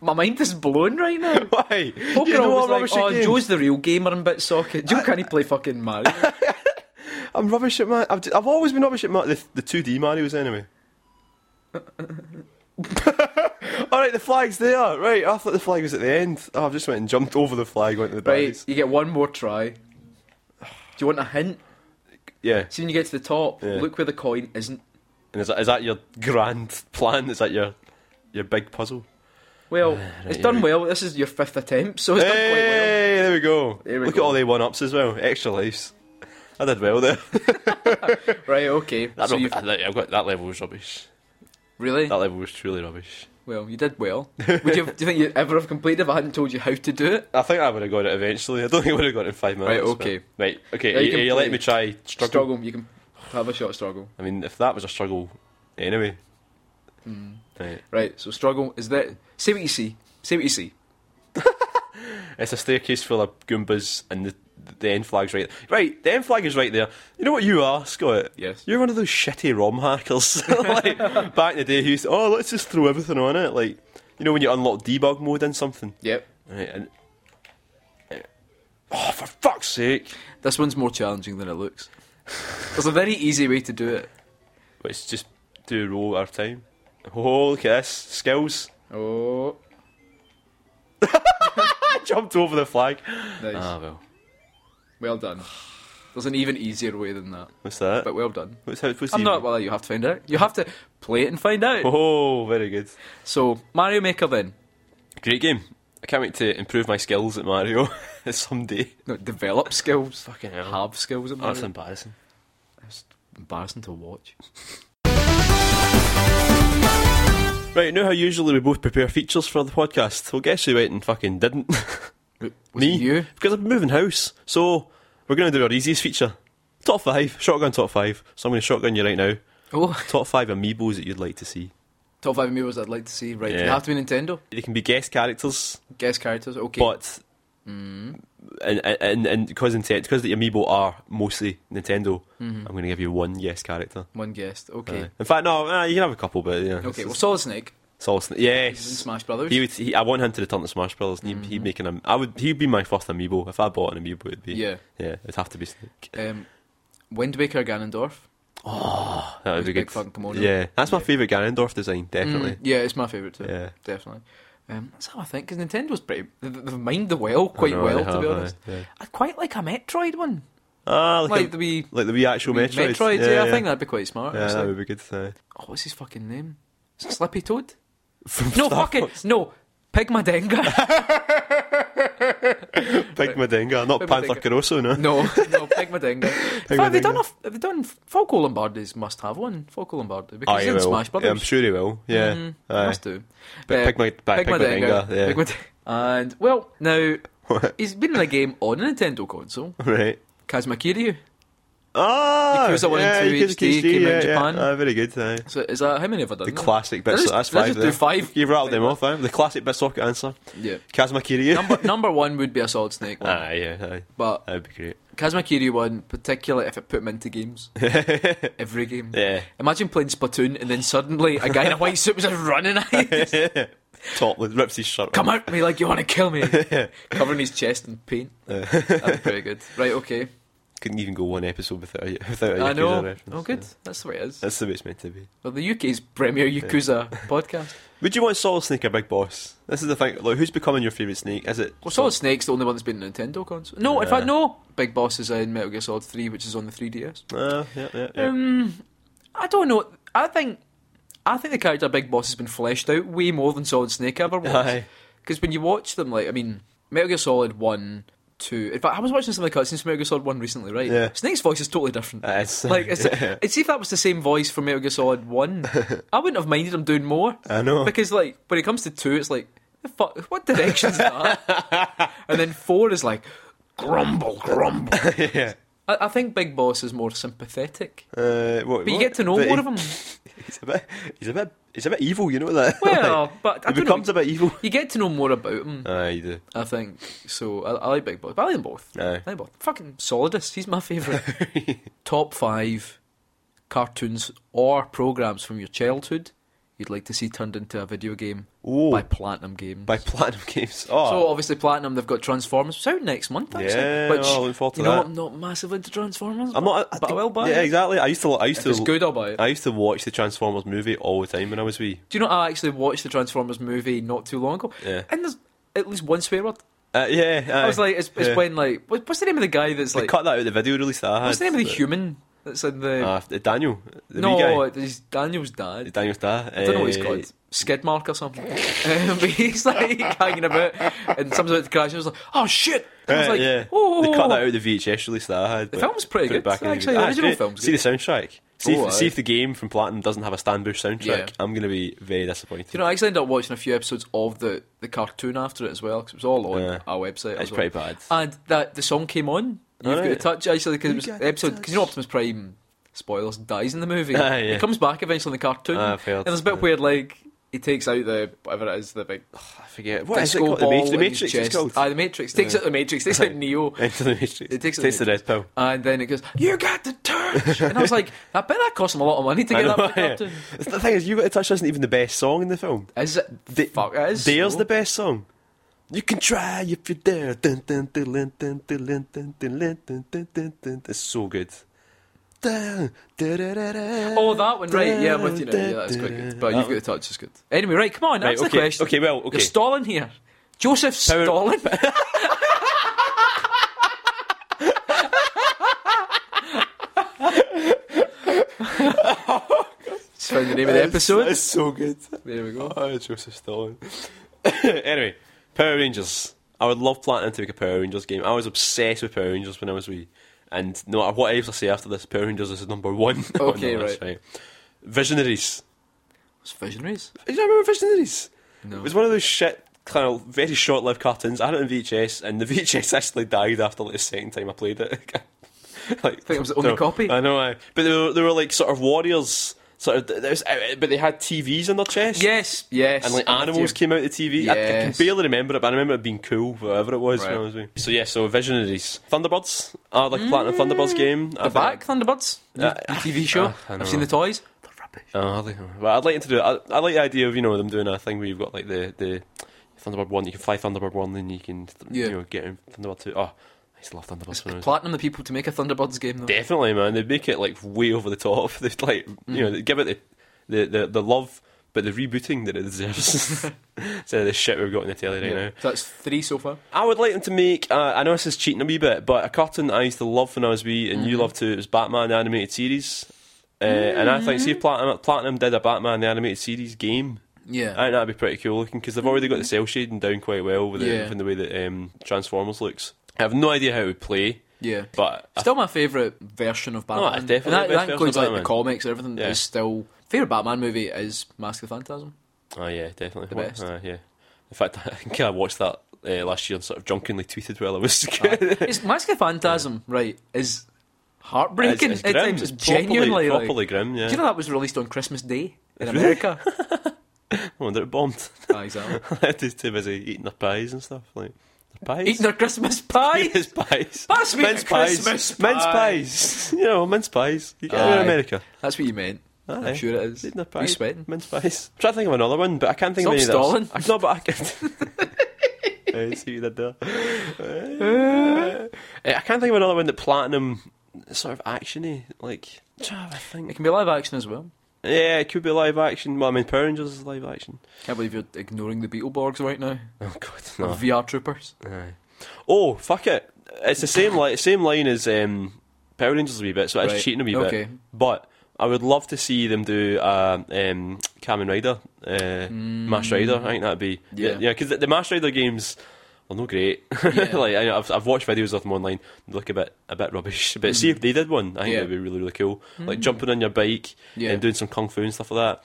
[SPEAKER 1] my mind is blown right now.
[SPEAKER 2] Why?
[SPEAKER 1] Poker
[SPEAKER 2] you know
[SPEAKER 1] always
[SPEAKER 2] I'm rubbish
[SPEAKER 1] like,
[SPEAKER 2] at
[SPEAKER 1] oh,
[SPEAKER 2] games.
[SPEAKER 1] Joe's the real gamer in Bitsocket. Joe can't he play fucking Mario.
[SPEAKER 2] I'm rubbish at my. I've, I've always been rubbish at my, the the two D Mario's anyway. All right, the flag's there. Right, I thought the flag was at the end. Oh, I've just went and jumped over the flag, went to the
[SPEAKER 1] Right,
[SPEAKER 2] baddies.
[SPEAKER 1] you get one more try. Do you want a hint?
[SPEAKER 2] Yeah,
[SPEAKER 1] See when you get to the top,
[SPEAKER 2] Yeah.
[SPEAKER 1] look where the coin isn't.
[SPEAKER 2] and is that, is that your grand plan? Is that your your big puzzle?
[SPEAKER 1] Well, it's
[SPEAKER 2] yeah,
[SPEAKER 1] done
[SPEAKER 2] right.
[SPEAKER 1] well. This is your fifth attempt, so it's done quite well.
[SPEAKER 2] Hey, there we go.
[SPEAKER 1] There we
[SPEAKER 2] Look
[SPEAKER 1] go.
[SPEAKER 2] at all they one ups as well. Extra lives. I did well there.
[SPEAKER 1] Right, okay.
[SPEAKER 2] That
[SPEAKER 1] so
[SPEAKER 2] rubbish,
[SPEAKER 1] you've,
[SPEAKER 2] I, have got that level was rubbish.
[SPEAKER 1] really?
[SPEAKER 2] That level was truly rubbish.
[SPEAKER 1] Well, you did well. Would you, have- do you think you'd ever have completed if I hadn't told you how to do it?
[SPEAKER 2] I think I would have got it eventually. I don't think I would have got it in five minutes. but-
[SPEAKER 1] okay.
[SPEAKER 2] Right, okay.
[SPEAKER 1] Yeah,
[SPEAKER 2] are
[SPEAKER 1] you
[SPEAKER 2] you,
[SPEAKER 1] can
[SPEAKER 2] are you letting
[SPEAKER 1] play.
[SPEAKER 2] me try struggle?
[SPEAKER 1] Struggle. You can have a shot. at Struggle.
[SPEAKER 2] I mean, if that was a struggle, anyway. Right.
[SPEAKER 1] Right. So struggle is that. Say what you see. Say what you see.
[SPEAKER 2] It's a staircase full of Goombas, and the the end flag's right. Right, the end flag is right there. You know what you are, Scott?
[SPEAKER 1] Yes.
[SPEAKER 2] You're one of those shitty ROM hackers. like back in the day, who used to, oh, let's just throw everything on it. Like you know when you unlock debug mode in something.
[SPEAKER 1] Yep.
[SPEAKER 2] Right, and oh, for fuck's sake!
[SPEAKER 1] This one's more challenging than it looks. There's a very easy way to do it.
[SPEAKER 2] Let's just do a roll at a time. Oh, look at this skills.
[SPEAKER 1] Oh,
[SPEAKER 2] I jumped over the flag.
[SPEAKER 1] nice.
[SPEAKER 2] Ah well,
[SPEAKER 1] Well done. There's an even easier way than that,
[SPEAKER 2] what's that?
[SPEAKER 1] but well done.
[SPEAKER 2] What's how? What's
[SPEAKER 1] I'm
[SPEAKER 2] the-
[SPEAKER 1] not well. You have to find out. You have to play it and find out.
[SPEAKER 2] Oh, very good.
[SPEAKER 1] So Mario Maker then.
[SPEAKER 2] Great game. I can't wait to improve my skills at Mario someday.
[SPEAKER 1] No, develop skills.
[SPEAKER 2] Fucking
[SPEAKER 1] Have skills at Mario.
[SPEAKER 2] That's embarrassing.
[SPEAKER 1] It's embarrassing to watch.
[SPEAKER 2] Right, now how usually we both prepare features for the podcast. Well, guess who went and fucking didn't?
[SPEAKER 1] Was
[SPEAKER 2] Me.
[SPEAKER 1] it you?
[SPEAKER 2] Because I've been moving house. So, we're going to do our easiest feature. Top 5. Shotgun top 5. So I'm going to shotgun you right now.
[SPEAKER 1] Oh,
[SPEAKER 2] Top 5 amiibos that you'd like to see.
[SPEAKER 1] top five amiibos I'd like to see. Right, they
[SPEAKER 2] Yeah.
[SPEAKER 1] have to be Nintendo.
[SPEAKER 2] They can be guest characters,
[SPEAKER 1] Guest characters. Okay. Mm,
[SPEAKER 2] but And, and and because intent because the amiibo are mostly Nintendo, I'm going to give you one yes character.
[SPEAKER 1] One guest. Okay.
[SPEAKER 2] Aye. in fact, no, ah, you can have a couple, but yeah.
[SPEAKER 1] okay. Well, Solid Snake
[SPEAKER 2] Solid Snake.
[SPEAKER 1] is
[SPEAKER 2] Yes.
[SPEAKER 1] in Smash Brothers.
[SPEAKER 2] He would. He, I want him to return to Smash Brothers. and He'd,
[SPEAKER 1] Mm-hmm.
[SPEAKER 2] he'd make an. am- I would. He'd be my first amiibo if I bought an amiibo. It'd be.
[SPEAKER 1] Yeah.
[SPEAKER 2] Yeah. It'd have to be Snake.
[SPEAKER 1] um, Wind Waker Ganondorf.
[SPEAKER 2] Oh, That would be
[SPEAKER 1] Big
[SPEAKER 2] good.
[SPEAKER 1] fucking kimono.
[SPEAKER 2] Yeah. That's my
[SPEAKER 1] Yeah.
[SPEAKER 2] favorite Ganondorf design. Definitely.
[SPEAKER 1] Mm, yeah, it's my favourite too.
[SPEAKER 2] Yeah.
[SPEAKER 1] Definitely. Um, that's how I think because Nintendo's pretty. they- They've mined the well
[SPEAKER 2] I
[SPEAKER 1] quite
[SPEAKER 2] know,
[SPEAKER 1] well,
[SPEAKER 2] they
[SPEAKER 1] to be
[SPEAKER 2] have,
[SPEAKER 1] honest.
[SPEAKER 2] aye, yeah.
[SPEAKER 1] I'd quite like a Metroid one,
[SPEAKER 2] Ah,
[SPEAKER 1] like,
[SPEAKER 2] like, a-
[SPEAKER 1] the wee
[SPEAKER 2] like the wee actual
[SPEAKER 1] wee
[SPEAKER 2] Metroids.
[SPEAKER 1] Metroids, yeah, I think that'd be quite smart.
[SPEAKER 2] Yeah,
[SPEAKER 1] actually.
[SPEAKER 2] that would be good. aye.
[SPEAKER 1] Oh, what's his fucking name? Is it Slippy Toad?
[SPEAKER 2] From
[SPEAKER 1] No,
[SPEAKER 2] Star
[SPEAKER 1] fucking
[SPEAKER 2] Fox.
[SPEAKER 1] no. Pigmadenga.
[SPEAKER 2] Big Madenga, not
[SPEAKER 1] Big
[SPEAKER 2] Panther
[SPEAKER 1] Madenga.
[SPEAKER 2] Caruso, no.
[SPEAKER 1] no, no, Pigmadenga. In fact, have they
[SPEAKER 2] Pigmadenga.
[SPEAKER 1] done a, have they done Falco Lombardi's must have one? Falco Lombardi because
[SPEAKER 2] Aye,
[SPEAKER 1] he's
[SPEAKER 2] he
[SPEAKER 1] in
[SPEAKER 2] will.
[SPEAKER 1] Smash
[SPEAKER 2] Yeah, I'm
[SPEAKER 1] Brothers.
[SPEAKER 2] sure he will. Yeah.
[SPEAKER 1] Mhm,
[SPEAKER 2] Aye.
[SPEAKER 1] must do.
[SPEAKER 2] But
[SPEAKER 1] Uh,
[SPEAKER 2] Pigma- but Pigmadenga, yeah.
[SPEAKER 1] Pigmad- And well, now he's been in a game on a Nintendo console.
[SPEAKER 2] right.
[SPEAKER 1] Kazuma Kiryu.
[SPEAKER 2] Ah,
[SPEAKER 1] Yakuza one and two
[SPEAKER 2] yeah, Yakuza
[SPEAKER 1] HD came out in
[SPEAKER 2] yeah, yeah.
[SPEAKER 1] Japan.
[SPEAKER 2] Ah, very good. aye.
[SPEAKER 1] So is that how many have I done?
[SPEAKER 2] The
[SPEAKER 1] now?
[SPEAKER 2] classic bits.
[SPEAKER 1] Let's-
[SPEAKER 2] that's
[SPEAKER 1] let's
[SPEAKER 2] five.
[SPEAKER 1] just do
[SPEAKER 2] there.
[SPEAKER 1] five.
[SPEAKER 2] You rattled them off. Eh? The classic bit socket answer.
[SPEAKER 1] Yeah.
[SPEAKER 2] Kazuma Kiryu.
[SPEAKER 1] number number one would be a Solid Snake one,
[SPEAKER 2] ah, yeah, aye.
[SPEAKER 1] but
[SPEAKER 2] that'd be great.
[SPEAKER 1] Kazuma Kiryu one, particularly if it put him into games, every game.
[SPEAKER 2] Yeah,
[SPEAKER 1] Imagine playing Splatoon and then suddenly a guy in a white suit was just running at you.
[SPEAKER 2] topless rips his shirt.
[SPEAKER 1] Come at me like you want to kill me. Covering his chest in paint. That'd be pretty good. Right, okay.
[SPEAKER 2] Couldn't even go one episode without a, without a
[SPEAKER 1] I
[SPEAKER 2] Yakuza
[SPEAKER 1] know.
[SPEAKER 2] reference.
[SPEAKER 1] Oh, good.
[SPEAKER 2] yeah.
[SPEAKER 1] That's the way it is.
[SPEAKER 2] That's the way it's meant to be.
[SPEAKER 1] Well, the UK's premier Yakuza podcast.
[SPEAKER 2] Would you want Solid Snake or Big Boss? This is the thing. Like, who's becoming your favourite snake? Is it?
[SPEAKER 1] Well, Solid Snake's the only one that's been a Nintendo console. No, in
[SPEAKER 2] Yeah.
[SPEAKER 1] fact, no. Big Boss is in Metal Gear Solid 3, which is on the 3DS.
[SPEAKER 2] Ah, yeah, yeah, yeah.
[SPEAKER 1] Um, I don't know. I think I think the character Big Boss has been fleshed out way more than Solid Snake ever was.
[SPEAKER 2] Aye.
[SPEAKER 1] Because when you watch them, like I mean, Metal Gear Solid One, Two. In fact, I was watching some of the cutscenes from Metal Gear Solid One recently. Right,
[SPEAKER 2] Yeah.
[SPEAKER 1] Snake's voice is totally different.
[SPEAKER 2] It is.
[SPEAKER 1] like it's, it's if that was the same voice from Metal Gear Solid One, I wouldn't have minded him doing more.
[SPEAKER 2] I know.
[SPEAKER 1] Because like when it comes to two, it's like the fuck, what direction's that? and then four is like grumble, grumble.
[SPEAKER 2] yeah.
[SPEAKER 1] I, I think Big Boss is more sympathetic.
[SPEAKER 2] Uh, what,
[SPEAKER 1] But you get to know
[SPEAKER 2] but
[SPEAKER 1] more
[SPEAKER 2] he-
[SPEAKER 1] of him.
[SPEAKER 2] He's a bit. He's a bit. He's a bit evil. You know that.
[SPEAKER 1] Well, but I
[SPEAKER 2] Like, he
[SPEAKER 1] don't know.
[SPEAKER 2] becomes a bit evil.
[SPEAKER 1] You get to know more about him,
[SPEAKER 2] Aye, you do.
[SPEAKER 1] I think. So I, I like Big Boss. But I like them both.
[SPEAKER 2] Aye.
[SPEAKER 1] I like both. Fucking Solidus. He's my favourite. Top five cartoons or programs from your childhood you'd like to see turned into a video game
[SPEAKER 2] Oh,
[SPEAKER 1] by
[SPEAKER 2] by,
[SPEAKER 1] Platinum Games.
[SPEAKER 2] Platinum Games. Oh,
[SPEAKER 1] so obviously Platinum, they've got Transformers. It's out next month actually.
[SPEAKER 2] Yeah,
[SPEAKER 1] which,
[SPEAKER 2] oh, looking forward to
[SPEAKER 1] you know,
[SPEAKER 2] that.
[SPEAKER 1] I'm not massive into Transformers.
[SPEAKER 2] I'm not. I,
[SPEAKER 1] but I will buy
[SPEAKER 2] Yeah,
[SPEAKER 1] it.
[SPEAKER 2] exactly. I used to. I used
[SPEAKER 1] If it's
[SPEAKER 2] to.
[SPEAKER 1] good, I'll buy it.
[SPEAKER 2] I used to watch the Transformers movie all the time when I was wee.
[SPEAKER 1] Do you know I actually watched the Transformers movie not too long ago?
[SPEAKER 2] Yeah.
[SPEAKER 1] And there's at least one swear word.
[SPEAKER 2] Uh, yeah,
[SPEAKER 1] I was
[SPEAKER 2] aye.
[SPEAKER 1] like, it's, it's
[SPEAKER 2] Yeah.
[SPEAKER 1] when like what- what's the name of the guy that's
[SPEAKER 2] They
[SPEAKER 1] like
[SPEAKER 2] cut that out of the video release that I had.
[SPEAKER 1] what's the name of the
[SPEAKER 2] but-
[SPEAKER 1] human that's in the
[SPEAKER 2] Ah, the Daniel, the wee
[SPEAKER 1] no,
[SPEAKER 2] guy, Uh,
[SPEAKER 1] it's Daniel's dad.
[SPEAKER 2] Daniel's dad.
[SPEAKER 1] I don't know what he's called. Skidmark or something. um, but he's like hanging about, and something's about to crash. And I was like, "Oh shit!" And I was like,
[SPEAKER 2] Uh, yeah,
[SPEAKER 1] "Oh."
[SPEAKER 2] they cut that out of the VHS release that I had.
[SPEAKER 1] The
[SPEAKER 2] but
[SPEAKER 1] film's pretty
[SPEAKER 2] put it
[SPEAKER 1] good.
[SPEAKER 2] Back in
[SPEAKER 1] Actually, the
[SPEAKER 2] video- Ah,
[SPEAKER 1] original
[SPEAKER 2] it's great.
[SPEAKER 1] film's
[SPEAKER 2] See the soundtrack. See,
[SPEAKER 1] Oh,
[SPEAKER 2] if,
[SPEAKER 1] aye.
[SPEAKER 2] see if the game from Platinum doesn't have a Standbush soundtrack.
[SPEAKER 1] Yeah.
[SPEAKER 2] I'm going to be very disappointed.
[SPEAKER 1] Do you know, I actually ended up watching a few episodes of the, the cartoon after it as well because it was all on
[SPEAKER 2] Yeah.
[SPEAKER 1] our website.
[SPEAKER 2] it's
[SPEAKER 1] as well.
[SPEAKER 2] pretty bad.
[SPEAKER 1] And that the song came on. You've got to
[SPEAKER 2] Alright.
[SPEAKER 1] touch actually because it was
[SPEAKER 2] You
[SPEAKER 1] the
[SPEAKER 2] gotta
[SPEAKER 1] episode because you know Optimus Prime spoilers dies in the movie.
[SPEAKER 2] Ah, yeah.
[SPEAKER 1] He comes back eventually in the cartoon.
[SPEAKER 2] Ah, I've heard,
[SPEAKER 1] and there's a bit
[SPEAKER 2] yeah.
[SPEAKER 1] weird like he takes out the whatever it is the big
[SPEAKER 2] I forget what is it
[SPEAKER 1] disco
[SPEAKER 2] called. The
[SPEAKER 1] ball
[SPEAKER 2] Matrix, the
[SPEAKER 1] in his
[SPEAKER 2] Matrix it's
[SPEAKER 1] chest.
[SPEAKER 2] called.
[SPEAKER 1] Aye, the Matrix takes out the Matrix takes out Neo.
[SPEAKER 2] Enter the Matrix.
[SPEAKER 1] It
[SPEAKER 2] It
[SPEAKER 1] takes
[SPEAKER 2] takes,
[SPEAKER 1] it
[SPEAKER 2] the red pill.
[SPEAKER 1] And then it goes, you got the touch, and I was like, I bet that cost him a lot of money to
[SPEAKER 2] I
[SPEAKER 1] get
[SPEAKER 2] know,
[SPEAKER 1] that for the
[SPEAKER 2] yeah.
[SPEAKER 1] cartoon.
[SPEAKER 2] It's- The thing is, you got to touch isn't even the best song in the film.
[SPEAKER 1] Is it?
[SPEAKER 2] Da-
[SPEAKER 1] Fuck, it is.
[SPEAKER 2] Dare's
[SPEAKER 1] so-
[SPEAKER 2] the best song. You can try if you dare. Dun, dun, dun, dun, dun, dun, dun, dun, dun, dun, dun, dun, dun, dun. It's so good. Dun, dun, dun, dun, dun.
[SPEAKER 1] Oh, that one, right? Yeah, I'm with you now. Yeah, that's
[SPEAKER 2] Dun,
[SPEAKER 1] quite
[SPEAKER 2] dun,
[SPEAKER 1] good.
[SPEAKER 2] dun.
[SPEAKER 1] But
[SPEAKER 2] That
[SPEAKER 1] you've got
[SPEAKER 2] one.
[SPEAKER 1] the touch. It's good. Anyway, right? Come on,
[SPEAKER 2] Right,
[SPEAKER 1] answer
[SPEAKER 2] okay.
[SPEAKER 1] the question.
[SPEAKER 2] Okay, well, okay.
[SPEAKER 1] You're stalling here. Joseph
[SPEAKER 2] Power-
[SPEAKER 1] Stalin. Just found the name of the
[SPEAKER 2] That's-
[SPEAKER 1] episode.
[SPEAKER 2] That's so good.
[SPEAKER 1] There we go.
[SPEAKER 2] Oh, Joseph Stalin. anyway, Power Rangers. I would love Platinum to make a Power Rangers game. I was obsessed with Power Rangers when I was wee. And no matter what else I say after this, Power Rangers is number one. on the
[SPEAKER 1] Okay,
[SPEAKER 2] list,
[SPEAKER 1] right.
[SPEAKER 2] Visionaries.
[SPEAKER 1] It's Visionaries.
[SPEAKER 2] Do you remember Visionaries?
[SPEAKER 1] No.
[SPEAKER 2] It was one of those shit, kind of very short lived cartoons. I had it on VHS, and the VHS actually died after like, the second time I played it. like, I
[SPEAKER 1] think it was the only copy.
[SPEAKER 2] I know, I. But they were, they were like sort of warriors. sort of, there was, uh, but they had TVs on their chest.
[SPEAKER 1] Yes, yes.
[SPEAKER 2] And like
[SPEAKER 1] I'm with
[SPEAKER 2] animals
[SPEAKER 1] you.
[SPEAKER 2] came out of the TV. I- I, can
[SPEAKER 1] Yes.
[SPEAKER 2] barely remember it, but I remember it being cool, whatever it was.
[SPEAKER 1] Right.
[SPEAKER 2] when I was young. So yeah, so visionaries, Thunderbirds, I like Platinum Thunderbirds game.
[SPEAKER 1] Mm. The back Thunderbirds, new,
[SPEAKER 2] Uh,
[SPEAKER 1] new TV show.
[SPEAKER 2] uh, I
[SPEAKER 1] I've seen
[SPEAKER 2] know.
[SPEAKER 1] the toys.
[SPEAKER 2] Oh, I like, well, I'd like them to do. it. I, I like the idea of you know them doing a thing where you've got like the the Thunderbird one. You can fly Thunderbird one, then you can th-
[SPEAKER 1] Yeah.
[SPEAKER 2] you know get in Thunderbird two. Oh, I used to love Thunderbird. when I was-
[SPEAKER 1] Platinum the people to make a Thunderbirds game though.
[SPEAKER 2] Definitely, man. They make it like way over the top. They would like you
[SPEAKER 1] Mm.
[SPEAKER 2] know they give it the the, the the love, but the rebooting that it deserves. Instead of the shit we've got on the telly right
[SPEAKER 1] Yeah.
[SPEAKER 2] now.
[SPEAKER 1] So that's three so far.
[SPEAKER 2] I would like them to make. Uh, I know this is cheating a wee bit, but a cartoon that I used to love when I was wee, and you
[SPEAKER 1] Mm-hmm.
[SPEAKER 2] loved too. It was Batman the animated series, uh, and I think
[SPEAKER 1] Mm-hmm.
[SPEAKER 2] see if Platinum, Platinum did a Batman the animated series game.
[SPEAKER 1] Yeah.
[SPEAKER 2] I think that'd be pretty cool looking because they've already got the cell shading down quite well with
[SPEAKER 1] Mm-hmm. Yeah.
[SPEAKER 2] it from the way that um, Transformers looks. I have no idea how it would play,
[SPEAKER 1] yeah.
[SPEAKER 2] but I
[SPEAKER 1] Still my favourite version of Batman.
[SPEAKER 2] Oh, it's definitely
[SPEAKER 1] and
[SPEAKER 2] the
[SPEAKER 1] that,
[SPEAKER 2] best
[SPEAKER 1] that
[SPEAKER 2] version
[SPEAKER 1] includes
[SPEAKER 2] of
[SPEAKER 1] like the
[SPEAKER 2] Batman.
[SPEAKER 1] comics and everything.
[SPEAKER 2] Yeah.
[SPEAKER 1] Is still favourite Batman movie is Mask of the Phantasm.
[SPEAKER 2] Oh yeah, definitely.
[SPEAKER 1] The
[SPEAKER 2] Well,
[SPEAKER 1] best.
[SPEAKER 2] uh, yeah. In fact, I think I watched that uh, last year and sort of drunkenly tweeted while I was.
[SPEAKER 1] Ah. It's Mask of the Phantasm, right? Is heartbreaking
[SPEAKER 2] It's- it's
[SPEAKER 1] at
[SPEAKER 2] grim.
[SPEAKER 1] times. It's,
[SPEAKER 2] It's properly-
[SPEAKER 1] genuinely like-
[SPEAKER 2] properly grim, yeah.
[SPEAKER 1] Do you know that was released on Christmas Day in America?
[SPEAKER 2] I wonder it bombed.
[SPEAKER 1] ah, exactly.
[SPEAKER 2] They're too busy eating their pies and stuff. Like their pies.
[SPEAKER 1] Eating their Christmas pie.
[SPEAKER 2] His pies.
[SPEAKER 1] Pass me
[SPEAKER 2] mince
[SPEAKER 1] the
[SPEAKER 2] pies.
[SPEAKER 1] Christmas
[SPEAKER 2] Mince
[SPEAKER 1] pie.
[SPEAKER 2] pies. you know, mince pies. You get it in
[SPEAKER 1] Aye.
[SPEAKER 2] America.
[SPEAKER 1] That's what you meant.
[SPEAKER 2] Aye.
[SPEAKER 1] I'm sure it is.
[SPEAKER 2] Eating their
[SPEAKER 1] Are you
[SPEAKER 2] pies.
[SPEAKER 1] sweating?
[SPEAKER 2] Mince pies. I'm trying to think of another one, but I can't think of any
[SPEAKER 1] Stop
[SPEAKER 2] of those. I, no, but I can't. I see what you did there. Eh, I can't think of another one that platinum sort of actiony like. I'm trying to
[SPEAKER 1] It
[SPEAKER 2] think.
[SPEAKER 1] can be live action as well.
[SPEAKER 2] Yeah, it could be live action. Well, I mean, Power Rangers is live action.
[SPEAKER 1] Can't believe you're ignoring the Beetleborgs right now.
[SPEAKER 2] Oh God,
[SPEAKER 1] Or
[SPEAKER 2] no.
[SPEAKER 1] VR Troopers.
[SPEAKER 2] Aye. Oh fuck it! It's the same li- same line as um, Power Rangers a wee bit, so it's
[SPEAKER 1] Right.
[SPEAKER 2] cheating a wee
[SPEAKER 1] Okay.
[SPEAKER 2] bit. But I would love to see them do uh, um, Kamen Rider, uh, Mash Rider.
[SPEAKER 1] Mm.
[SPEAKER 2] I think that'd be
[SPEAKER 1] Yeah.
[SPEAKER 2] yeah, because the, the Mash Rider games. are no great.
[SPEAKER 1] Yeah.
[SPEAKER 2] like I, I've, I've watched videos of them online. They look a bit a bit rubbish. But see if they did one, I think
[SPEAKER 1] Mm-hmm. Yeah. Mm.
[SPEAKER 2] that'd be really really cool. Like jumping on your bike
[SPEAKER 1] Yeah.
[SPEAKER 2] and doing some kung fu and stuff like that.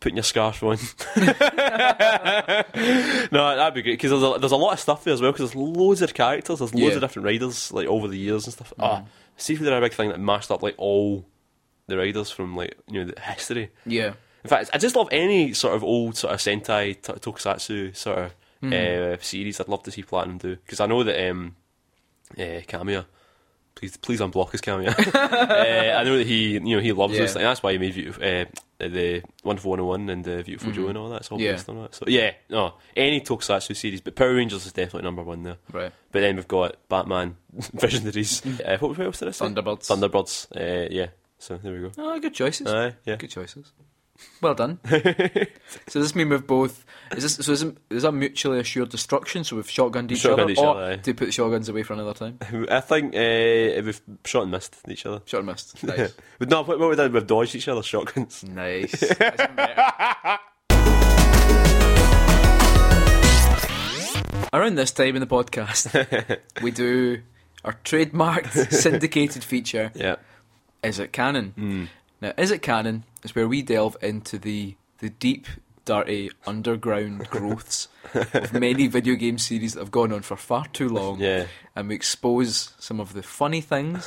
[SPEAKER 2] Putting your scarf on. No, that'd be great because there's a, there's a lot of stuff there as well. Because there's loads of characters, there's loads
[SPEAKER 1] Yeah. Mm.
[SPEAKER 2] of different riders like over the years and stuff. Ah, see if we did a big thing that mashed up like all the riders from like you know the history.
[SPEAKER 1] Yeah.
[SPEAKER 2] In fact, I just love any sort of old sort of Sentai t- Tokusatsu sort of
[SPEAKER 1] Hmm.
[SPEAKER 2] uh, series. I'd love to see Platinum do because I know that um, uh, Kamiya. Please, please unblock his cameo. uh, I know that he, you know, he loves
[SPEAKER 1] Yeah.
[SPEAKER 2] this thing. That's why he made beautiful, uh, the Wonderful 101 and uh, Beautiful Joe and all that. It's all
[SPEAKER 1] Mm-hmm. Yeah.
[SPEAKER 2] based on that. So yeah, no, any Tokusatsu series, but Power Rangers is definitely number one there.
[SPEAKER 1] Right.
[SPEAKER 2] But then we've got Batman, Visionaries.
[SPEAKER 1] Mm.
[SPEAKER 2] uh, what, what else did I say?
[SPEAKER 1] Thunderbirds.
[SPEAKER 2] Thunderbirds. Uh, yeah. So there we go.
[SPEAKER 1] Oh, good choices.
[SPEAKER 2] Aye, Uh, yeah.
[SPEAKER 1] Good choices. Well done. so does this mean we've both? Is this so? Is, it- is that mutually assured destruction? So we've shotgunned each
[SPEAKER 2] Shotgunned
[SPEAKER 1] other,
[SPEAKER 2] each
[SPEAKER 1] or
[SPEAKER 2] other, aye.
[SPEAKER 1] do we put the shotguns away for another time?
[SPEAKER 2] I think uh, we've shot and missed each other.
[SPEAKER 1] Shot and missed. Nice.
[SPEAKER 2] But no, what what we did, we've dodged each other's shotguns.
[SPEAKER 1] nice. That's even better. Around this time in the podcast, we do our trademarked syndicated feature.
[SPEAKER 2] Yeah.
[SPEAKER 1] Is it canon?
[SPEAKER 2] Hmm.
[SPEAKER 1] Now, is it canon? Is where we delve into the the deep, dirty underground growths of many video game series that have gone on for far too long,
[SPEAKER 2] Yeah.
[SPEAKER 1] and we expose some of the funny things,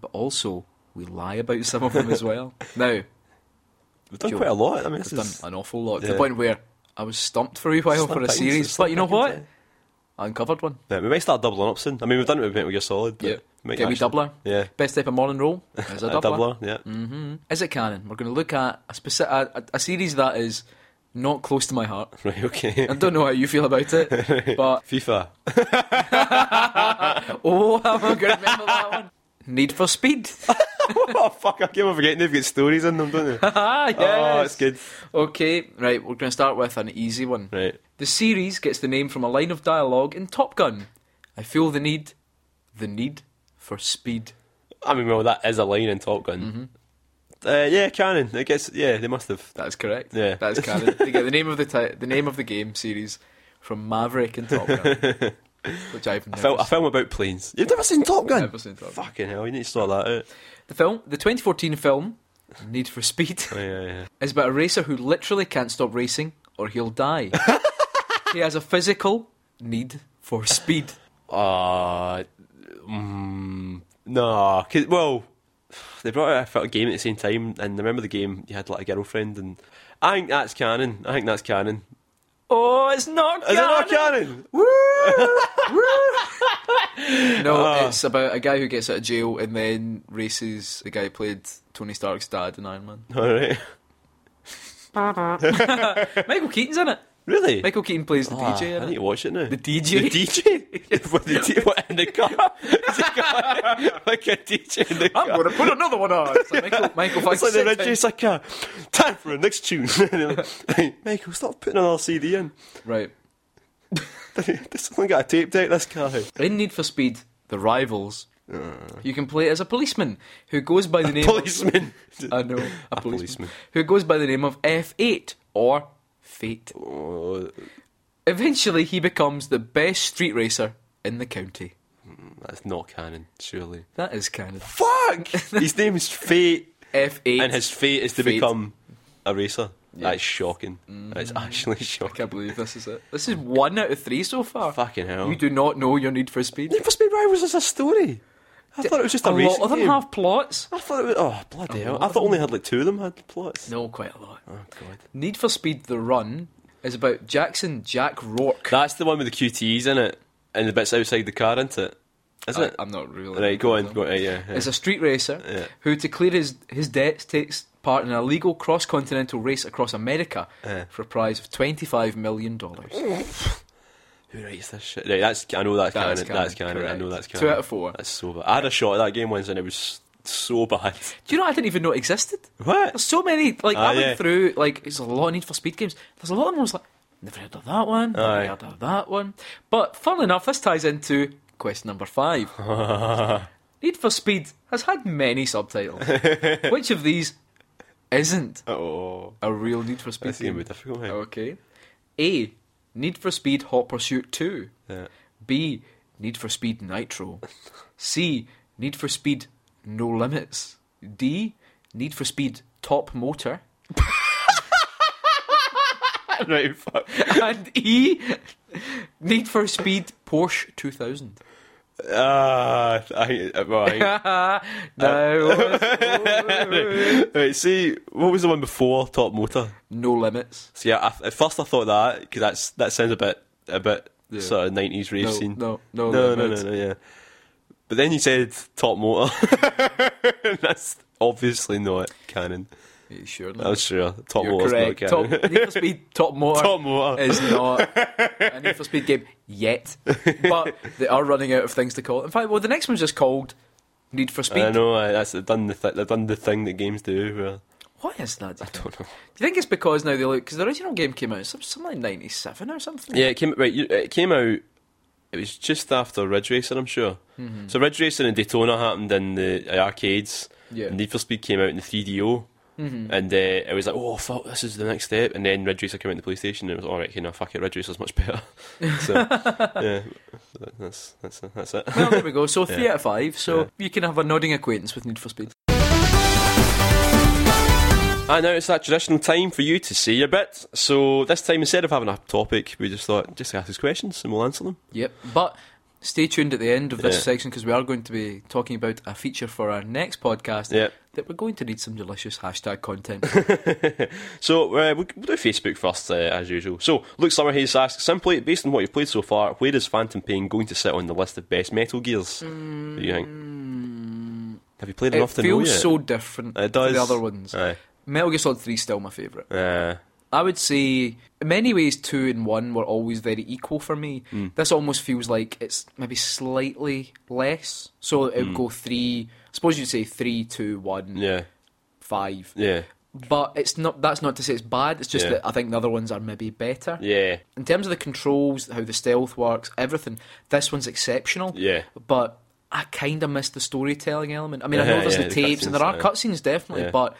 [SPEAKER 1] but also we lie about some of them as well. Now,
[SPEAKER 2] We've done
[SPEAKER 1] Joe,
[SPEAKER 2] quite a lot. I mean, this
[SPEAKER 1] we've done
[SPEAKER 2] is
[SPEAKER 1] an awful lot to
[SPEAKER 2] yeah.
[SPEAKER 1] the point where I was stumped for a wee while for a
[SPEAKER 2] Sometimes
[SPEAKER 1] series,
[SPEAKER 2] it's
[SPEAKER 1] but you know
[SPEAKER 2] sometimes,
[SPEAKER 1] what?
[SPEAKER 2] eh?
[SPEAKER 1] I uncovered one.
[SPEAKER 2] Yeah, we might start doubling up soon. I mean, we've done it with Metal Gear Solid. But
[SPEAKER 1] Yeah,
[SPEAKER 2] might
[SPEAKER 1] get me
[SPEAKER 2] actually-
[SPEAKER 1] doubler.
[SPEAKER 2] Yeah.
[SPEAKER 1] Best type of modern roll is a
[SPEAKER 2] A doubler, yeah.
[SPEAKER 1] hmm Is it canon? We're going to look at a specific a, a- a series that is not close to my heart.
[SPEAKER 2] Right, okay.
[SPEAKER 1] I don't know how you feel about it, but
[SPEAKER 2] FIFA.
[SPEAKER 1] oh, I'm going to remember that one. Need for Speed.
[SPEAKER 2] oh, fuck, I keep on forgetting they've got stories in them, don't they?
[SPEAKER 1] ah, yes.
[SPEAKER 2] Oh, it's good.
[SPEAKER 1] Okay, right. We're going to start with an easy one.
[SPEAKER 2] Right.
[SPEAKER 1] The series gets the name from a line of dialogue in Top Gun. I feel the need, the need for speed.
[SPEAKER 2] I mean, well, that is a line in Top Gun.
[SPEAKER 1] Mm-hmm.
[SPEAKER 2] Uh, yeah, canon. I guess, yeah, they must have.
[SPEAKER 1] That's correct.
[SPEAKER 2] Yeah.
[SPEAKER 1] that's canon. they get the name of the ti- the name of the game series from Maverick and Top Gun, which I've
[SPEAKER 2] A,
[SPEAKER 1] never
[SPEAKER 2] fil- a
[SPEAKER 1] seen.
[SPEAKER 2] film about planes. You've never seen Top Gun?
[SPEAKER 1] Never seen Top Gun.
[SPEAKER 2] Fucking hell, you need to sort that eh? out.
[SPEAKER 1] The film, the 2014 film Need for Speed,
[SPEAKER 2] Oh, yeah, yeah.
[SPEAKER 1] is about a racer who literally can't stop racing or he'll die. he has a physical need for speed.
[SPEAKER 2] Uh, mm, nah. 'cause- well, they brought out a fit- game at the same time, and remember the game you had like a girlfriend, and I think that's canon. I think that's canon.
[SPEAKER 1] Oh, it's not.
[SPEAKER 2] Is it
[SPEAKER 1] canon.
[SPEAKER 2] not canon?
[SPEAKER 1] No,
[SPEAKER 2] Ah.
[SPEAKER 1] it's about a guy who gets out of jail and then races the guy who played Tony Stark's dad in Iron Man.
[SPEAKER 2] All right,
[SPEAKER 1] Michael Keaton's in it.
[SPEAKER 2] really?
[SPEAKER 1] Michael Keaton plays the
[SPEAKER 2] Ah,
[SPEAKER 1] DJ
[SPEAKER 2] I
[SPEAKER 1] in
[SPEAKER 2] need
[SPEAKER 1] it.
[SPEAKER 2] to watch it now.
[SPEAKER 1] The DJ?
[SPEAKER 2] The DJ? With the D- what, in the car? Is he got- like a DJ in the
[SPEAKER 1] I'm
[SPEAKER 2] car.
[SPEAKER 1] going to put another one on. It's like Michael, Michael
[SPEAKER 2] It's like the
[SPEAKER 1] Vick-
[SPEAKER 2] red juice, like, uh, time for the next tune. And they're like, "Hey, Michael, stop putting another CD in.
[SPEAKER 1] Right.
[SPEAKER 2] this only got a tape deck, this car.
[SPEAKER 1] In Need for Speed, The Rivals, you can play as a policeman who goes by the name
[SPEAKER 2] Policeman.
[SPEAKER 1] of... I know, a, policeman,
[SPEAKER 2] A policeman.
[SPEAKER 1] Who goes by the name of F8 or Fate.
[SPEAKER 2] Oh,
[SPEAKER 1] Eventually, he becomes the best street racer in the county.
[SPEAKER 2] that's not canon, surely.
[SPEAKER 1] That is kind of...
[SPEAKER 2] Fuck! his name is Fate,
[SPEAKER 1] F8.
[SPEAKER 2] and his fate is to
[SPEAKER 1] Fate.
[SPEAKER 2] become a racer. That's shocking. That's
[SPEAKER 1] Mm.
[SPEAKER 2] actually
[SPEAKER 1] I
[SPEAKER 2] shocking.
[SPEAKER 1] can't believe this is it. This is one out of three so far.
[SPEAKER 2] Fucking hell.
[SPEAKER 1] You do not know your Need for Speed.
[SPEAKER 2] Need for Speed Rivals is a story. I thought it was just
[SPEAKER 1] a
[SPEAKER 2] a,
[SPEAKER 1] lot
[SPEAKER 2] racing
[SPEAKER 1] of them
[SPEAKER 2] game.
[SPEAKER 1] have plots.
[SPEAKER 2] I thought it was. Oh, bloody hell.
[SPEAKER 1] lot
[SPEAKER 2] I
[SPEAKER 1] of
[SPEAKER 2] thought only had like two of them had plots.
[SPEAKER 1] No, quite a lot.
[SPEAKER 2] Oh, God.
[SPEAKER 1] Need for Speed The Run is about Jackson Jack Rourke.
[SPEAKER 2] That's the one with the QTEs in it and the bits outside the car, isn't it? Isn't it?
[SPEAKER 1] I, am not really.
[SPEAKER 2] Right, go on. Go on. yeah, Yeah, yeah.
[SPEAKER 1] Is a street racer
[SPEAKER 2] Yeah.
[SPEAKER 1] who, to clear his, his debts, takes part in an illegal cross continental race across America
[SPEAKER 2] Yeah.
[SPEAKER 1] for a prize of $25 million. That's
[SPEAKER 2] Who writes this shit? Right, that's, I know that's, canon. That's canon. I
[SPEAKER 1] correct.
[SPEAKER 2] know that's canon.
[SPEAKER 1] Two out of four.
[SPEAKER 2] That's so bad. I had a shot at that game once and it was so bad.
[SPEAKER 1] Do you know I didn't even know it existed? There's
[SPEAKER 2] What?
[SPEAKER 1] so many. Like,
[SPEAKER 2] Ah,
[SPEAKER 1] I went
[SPEAKER 2] yeah.
[SPEAKER 1] through, like, there's a lot of Need for Speed games. There's a lot of them I was like, never heard of that one, never
[SPEAKER 2] Aye.
[SPEAKER 1] heard of that one. But, funnily enough, this ties into question number five. Need for Speed has had many subtitles. Which of these isn't
[SPEAKER 2] Oh,
[SPEAKER 1] a real Need for Speed
[SPEAKER 2] that's going to
[SPEAKER 1] game?
[SPEAKER 2] be difficult, mate.
[SPEAKER 1] Okay. A. Need for Speed Hot Pursuit 2.
[SPEAKER 2] Yeah.
[SPEAKER 1] B. Need for Speed Nitro. C. Need for Speed No Limits. D. Need for Speed Top Motor.
[SPEAKER 2] right, fuck.
[SPEAKER 1] And E. Need for Speed Porsche 2000.
[SPEAKER 2] Ah, I, right.
[SPEAKER 1] no. it's-
[SPEAKER 2] right, see, what was the one before Top Motor?
[SPEAKER 1] no Limits.
[SPEAKER 2] See, I, at first I thought that because that's that sounds a bit a bit
[SPEAKER 1] Yeah.
[SPEAKER 2] sort of nineties rave
[SPEAKER 1] No,
[SPEAKER 2] scene.
[SPEAKER 1] no, no,
[SPEAKER 2] no, no, no,
[SPEAKER 1] limits.
[SPEAKER 2] no, yeah. But then you said Top Motor. that's obviously not canon.
[SPEAKER 1] Are you sure?
[SPEAKER 2] I was sure Top
[SPEAKER 1] You're
[SPEAKER 2] Motor's
[SPEAKER 1] correct.
[SPEAKER 2] not
[SPEAKER 1] Top,
[SPEAKER 2] canon.
[SPEAKER 1] Need for Speed Top Motor,
[SPEAKER 2] Top Motor.
[SPEAKER 1] is not a Need for Speed game yet, but they are running out of things to call it. In fact, well, the next one's just called Need for
[SPEAKER 2] I
[SPEAKER 1] Speed.
[SPEAKER 2] know I, that's they've done the th- they've done the thing that games do. Where,
[SPEAKER 1] What is that? Do you, think?
[SPEAKER 2] don't know.
[SPEAKER 1] Do you think it's because now they look because the original game came out some something like '97 or something?
[SPEAKER 2] Yeah, it came right. you- It came out. It was just after Ridge Racer, I'm sure. So Ridge Racer and Daytona happened in the uh, arcades.
[SPEAKER 1] Yeah.
[SPEAKER 2] And Need for Speed came out in the 3DO.
[SPEAKER 1] Mm-hmm.
[SPEAKER 2] And uh, it was like, oh fuck, this is the next step. And then Ridge Racer came out in the PlayStation, and it was all right. Okay, no, fuck it, Ridge Racer's much better. so yeah, that's that's that's it.
[SPEAKER 1] Well, there we go. So three out of five. So you can have a nodding acquaintance with Need for Speed.
[SPEAKER 2] I know it's that traditional time for you to say your bit. So this time, instead of having a topic, we just thought just ask us questions and we'll answer them.
[SPEAKER 1] Yep. But stay tuned at the end of this
[SPEAKER 2] Yeah.
[SPEAKER 1] section because we are going to be talking about a feature for our next podcast
[SPEAKER 2] Yeah.
[SPEAKER 1] that we're going to need some delicious hashtag content.
[SPEAKER 2] So uh, we'll, we'll do Facebook first, uh, as usual. So Luke Summerhays asks simply, based on what you've played so far, where is Phantom Pain going to sit on the list of best Metal Gears? What do you think?
[SPEAKER 1] Mm,
[SPEAKER 2] Have you played
[SPEAKER 1] it
[SPEAKER 2] enough to know
[SPEAKER 1] feels
[SPEAKER 2] yet?
[SPEAKER 1] so different
[SPEAKER 2] It
[SPEAKER 1] to
[SPEAKER 2] does.
[SPEAKER 1] the other ones.
[SPEAKER 2] Aye.
[SPEAKER 1] Metal Gear Solid 3 is still my favourite.
[SPEAKER 2] Uh,
[SPEAKER 1] I would say, in many ways, 2 and 1 were always very equal for me.
[SPEAKER 2] Mm.
[SPEAKER 1] This almost feels like it's maybe slightly less. So it would go 3, I suppose you'd say three, two, one,
[SPEAKER 2] Mm. yeah,
[SPEAKER 1] 5.
[SPEAKER 2] yeah,
[SPEAKER 1] But it's not. that's not to say it's bad, it's just
[SPEAKER 2] Yeah.
[SPEAKER 1] that I think the other ones are maybe better.
[SPEAKER 2] yeah,
[SPEAKER 1] In terms of the controls, how the stealth works, everything, this one's exceptional
[SPEAKER 2] yeah.
[SPEAKER 1] but I kind of miss the storytelling element. I mean, I
[SPEAKER 2] Yeah,
[SPEAKER 1] know there's
[SPEAKER 2] yeah,
[SPEAKER 1] the
[SPEAKER 2] the
[SPEAKER 1] tapes and there are
[SPEAKER 2] cutscenes,
[SPEAKER 1] cutscenes definitely,
[SPEAKER 2] Yeah.
[SPEAKER 1] but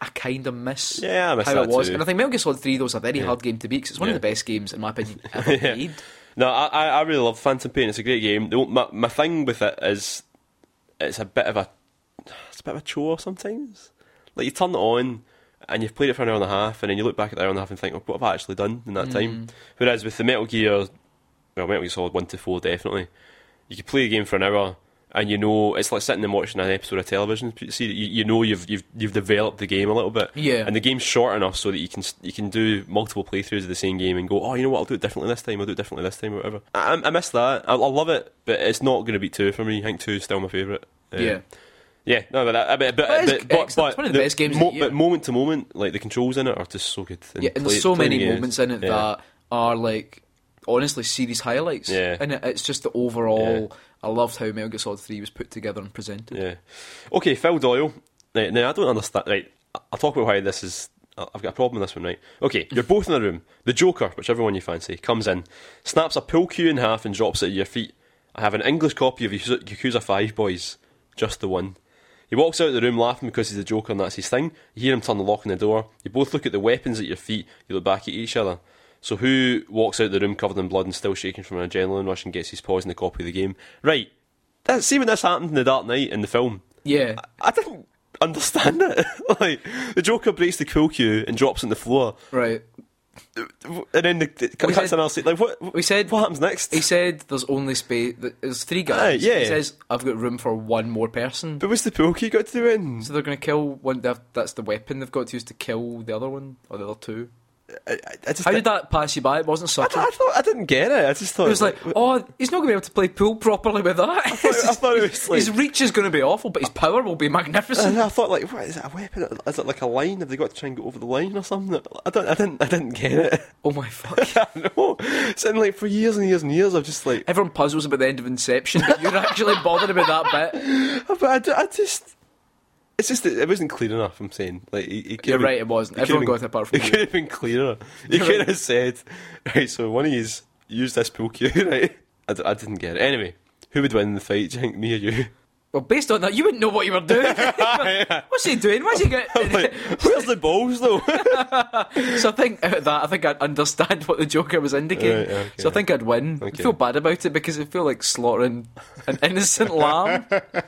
[SPEAKER 1] I kind of miss
[SPEAKER 2] Yeah, I miss
[SPEAKER 1] how
[SPEAKER 2] that
[SPEAKER 1] it was.
[SPEAKER 2] too.
[SPEAKER 1] And I think Metal Gear Solid Three though is a very hard game to beat 'cause it's one
[SPEAKER 2] Yeah.
[SPEAKER 1] of the best games in my opinion ever played.
[SPEAKER 2] No, I, I I really love Phantom Pain. It's a great game. The, o- my, my thing with it is, it's a bit of a, it's a bit of a chore sometimes. Like you turn it on and you've played it for an hour and a half, and then you look back at the hour and a half and think, well, what have I actually done in that time? Whereas with the Metal Gear, well, Metal Gear Solid one to four definitely, you could play the game for an hour. and you know it's like sitting and watching an episode of television. See, you, you know you've you've you've developed the game a little bit,
[SPEAKER 1] Yeah.
[SPEAKER 2] And the game's short enough so that you can s- you can do multiple playthroughs of the same game and go, oh, you know what, I'll do it differently this time. I'll do it differently this time, or whatever. I, I I miss that. I, I love it, but it's not going to be two for me. I think two is still my favourite. Uh,
[SPEAKER 1] yeah.
[SPEAKER 2] yeah, no, but that, but, but,
[SPEAKER 1] But it's
[SPEAKER 2] but, but,
[SPEAKER 1] excellent. It's one of the best games of the year.
[SPEAKER 2] But moment to moment, like the controls in it are just so good.
[SPEAKER 1] Yeah, and
[SPEAKER 2] play-
[SPEAKER 1] there's so
[SPEAKER 2] playing
[SPEAKER 1] many
[SPEAKER 2] the games,
[SPEAKER 1] moments in it
[SPEAKER 2] yeah.
[SPEAKER 1] that are like honestly series highlights.
[SPEAKER 2] Yeah.
[SPEAKER 1] And it, it's just the overall. I loved how Metal Gear Solid Three was put together and presented.
[SPEAKER 2] Yeah. Okay, Phil Doyle. Right, now I don't understand. Right, I- I'll talk about why this is. I- I've got a problem with this one, right? Okay, you're both in a room. The Joker, whichever one you fancy, comes in, snaps a pool cue in half, and drops it at your feet. I have an English copy of Yakuza Yakuza Five Boys, just the one. He walks out of the room laughing because he's the Joker and that's his thing. You hear him turn the lock on the door. You both look at the weapons at your feet. You look back at each other. So who walks out of the room covered in blood and still shaking from an adrenaline rush and gets his paws in the copy of the game? Right. That, see when this happened in The Dark Knight in the film,
[SPEAKER 1] Yeah.
[SPEAKER 2] I didn't understand it. like the Joker breaks the cool cue and drops on the floor,
[SPEAKER 1] Right.
[SPEAKER 2] and then the, the
[SPEAKER 1] We
[SPEAKER 2] cuts
[SPEAKER 1] said-
[SPEAKER 2] in our seat. Like what?
[SPEAKER 1] we said-
[SPEAKER 2] what happens next?
[SPEAKER 1] He said there's only space. There's three guys.
[SPEAKER 2] Aye, yeah.
[SPEAKER 1] He says I've got room for one more person.
[SPEAKER 2] But what's the pool cue got to do in?
[SPEAKER 1] So they're going to kill one. they have- That's the weapon they've got to use to kill the other one or the other two.
[SPEAKER 2] I, I- I just
[SPEAKER 1] How did that pass you by? It wasn't
[SPEAKER 2] I,
[SPEAKER 1] subtle.
[SPEAKER 2] I thought I didn't get it. I just thought
[SPEAKER 1] It was like, oh, he's not going to be able to play pool properly with that.
[SPEAKER 2] I thought it was like- Uh-huh.
[SPEAKER 1] his reach is going to be awful, but his power will be magnificent.
[SPEAKER 2] And I thought, like, what is it? A weapon? Is it like a line? Have they got to try and go over the line or something? I don't, I didn't, I didn't get it.
[SPEAKER 1] oh my fuck!
[SPEAKER 2] I know. So, and, like for years and years and years, I've just like,
[SPEAKER 1] Everyone puzzles about the end of Inception, but you're actually bothered about that bit.
[SPEAKER 2] but I, d- I just, it's just, that it wasn't clear enough. I'm saying, like, it, it could
[SPEAKER 1] You're
[SPEAKER 2] have-
[SPEAKER 1] right, it wasn't.
[SPEAKER 2] could have
[SPEAKER 1] Everyone
[SPEAKER 2] been-
[SPEAKER 1] got it apart from
[SPEAKER 2] It
[SPEAKER 1] you.
[SPEAKER 2] could have been clearer. You
[SPEAKER 1] You're
[SPEAKER 2] could
[SPEAKER 1] right.
[SPEAKER 2] have said, right. So one of yous used this pool cue, right? I, d- I didn't get it. Anyway, who would win the fight? Do you think me or you?
[SPEAKER 1] Well, based on that, you wouldn't know what you were doing. What's he doing? Why's he getting?
[SPEAKER 2] Like, where's the balls though?
[SPEAKER 1] So I think out of that, I think I'd understand what the Joker was indicating.
[SPEAKER 2] Right, okay.
[SPEAKER 1] so I think I'd win.
[SPEAKER 2] Okay.
[SPEAKER 1] I feel bad about it because I feel like slaughtering an innocent lamb.
[SPEAKER 2] uh,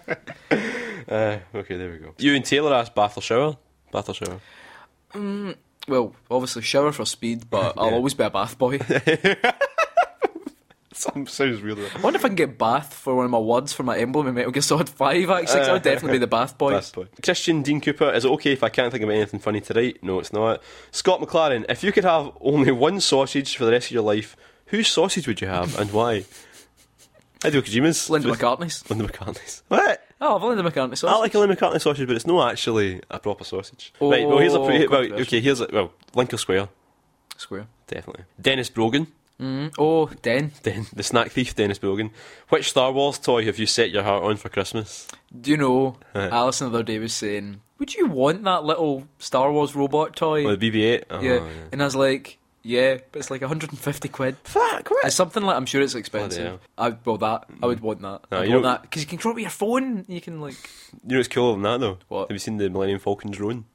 [SPEAKER 2] okay, there we go. You and Taylor asked bath or shower. Bath or shower.
[SPEAKER 1] Well, obviously shower for speed, but I'll
[SPEAKER 2] Yeah.
[SPEAKER 1] always be a bath boy. I
[SPEAKER 2] Some sounds really.
[SPEAKER 1] wonder if I can get bath for one of my words for my emblem in Metal Gear Solid 5, actually. 'cause I would definitely be the bath boy.
[SPEAKER 2] Last point. Christian Dean Cooper, is it okay if I can't think of anything funny to write? No, it's not. Scott McLaren, if you could have only one sausage for the rest of your life, whose sausage would you have and why? Hideo Kojima's.
[SPEAKER 1] Linda
[SPEAKER 2] With-
[SPEAKER 1] McCartney's.
[SPEAKER 2] Linda McCartney's. What?
[SPEAKER 1] Oh, I've Linda McCartney. So
[SPEAKER 2] I like a Linda McCartney sausage, but it's not actually a proper sausage. right, well, here's a.
[SPEAKER 1] Oh,
[SPEAKER 2] Pre- well,
[SPEAKER 1] controversial.
[SPEAKER 2] okay, here's a. Well, Linker Square,
[SPEAKER 1] square.
[SPEAKER 2] definitely. Dennis Brogan,
[SPEAKER 1] Mm, oh, Den.
[SPEAKER 2] Den- the snack thief Dennis Brogan. Which Star Wars toy have you set your heart on for Christmas?
[SPEAKER 1] Do you know,
[SPEAKER 2] Right.
[SPEAKER 1] Alison the other day was saying, Would you want that little Star Wars robot toy?
[SPEAKER 2] Well, the BB 8? Oh,
[SPEAKER 1] Eh. yeah. And I was like, Yeah, but it's like 150 quid.
[SPEAKER 2] Fuck, what?
[SPEAKER 1] It's something like I'm sure it's
[SPEAKER 2] hell.
[SPEAKER 1] expensive. I well that I would want that.
[SPEAKER 2] No,
[SPEAKER 1] I'd
[SPEAKER 2] you
[SPEAKER 1] want
[SPEAKER 2] know-
[SPEAKER 1] that because you can control it with your phone. You can like
[SPEAKER 2] You know what's cooler than that though?
[SPEAKER 1] What?
[SPEAKER 2] Have you seen the Millennium Falcon drone?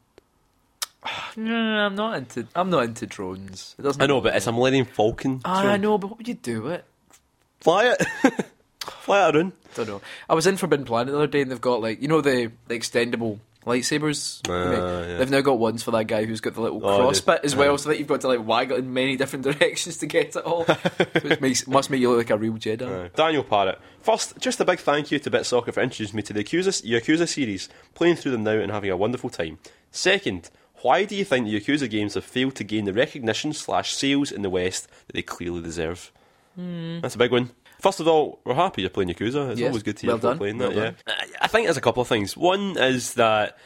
[SPEAKER 1] no, no, no, I'm not into I'm not into drones. It doesn't.
[SPEAKER 2] I know, but it's a Millennium Falcon.
[SPEAKER 1] Ah, I
[SPEAKER 2] drone.
[SPEAKER 1] know, but what would you do with it?
[SPEAKER 2] Fly it. Fly it around.
[SPEAKER 1] Don't know. I was in Forbidden Planet the other day and they've got like you know the, the extendable lightsabers.
[SPEAKER 2] Ah,
[SPEAKER 1] They make-
[SPEAKER 2] yeah.
[SPEAKER 1] They've now got ones for that guy who's got the little
[SPEAKER 2] Oh,
[SPEAKER 1] cross
[SPEAKER 2] dude.
[SPEAKER 1] bit as well, so that you've got to like waggle in many different directions to get it all, which makes must make you look like a real Jedi.
[SPEAKER 2] Daniel Parrott. First, just a big thank you to BitSoccer for introducing me to the Yakuza, Yakuza series, playing through them now and having a wonderful time. Second, why do you think the Yakuza games have failed to gain the recognition slash sales in the West that they clearly deserve?
[SPEAKER 1] Hmm.
[SPEAKER 2] That's a big one. First of all, we're happy you're playing Yakuza. It's
[SPEAKER 1] Yes,
[SPEAKER 2] always good to
[SPEAKER 1] well
[SPEAKER 2] hear people
[SPEAKER 1] done,
[SPEAKER 2] playing that.
[SPEAKER 1] well
[SPEAKER 2] yeah, I I think there's a couple of things. One is that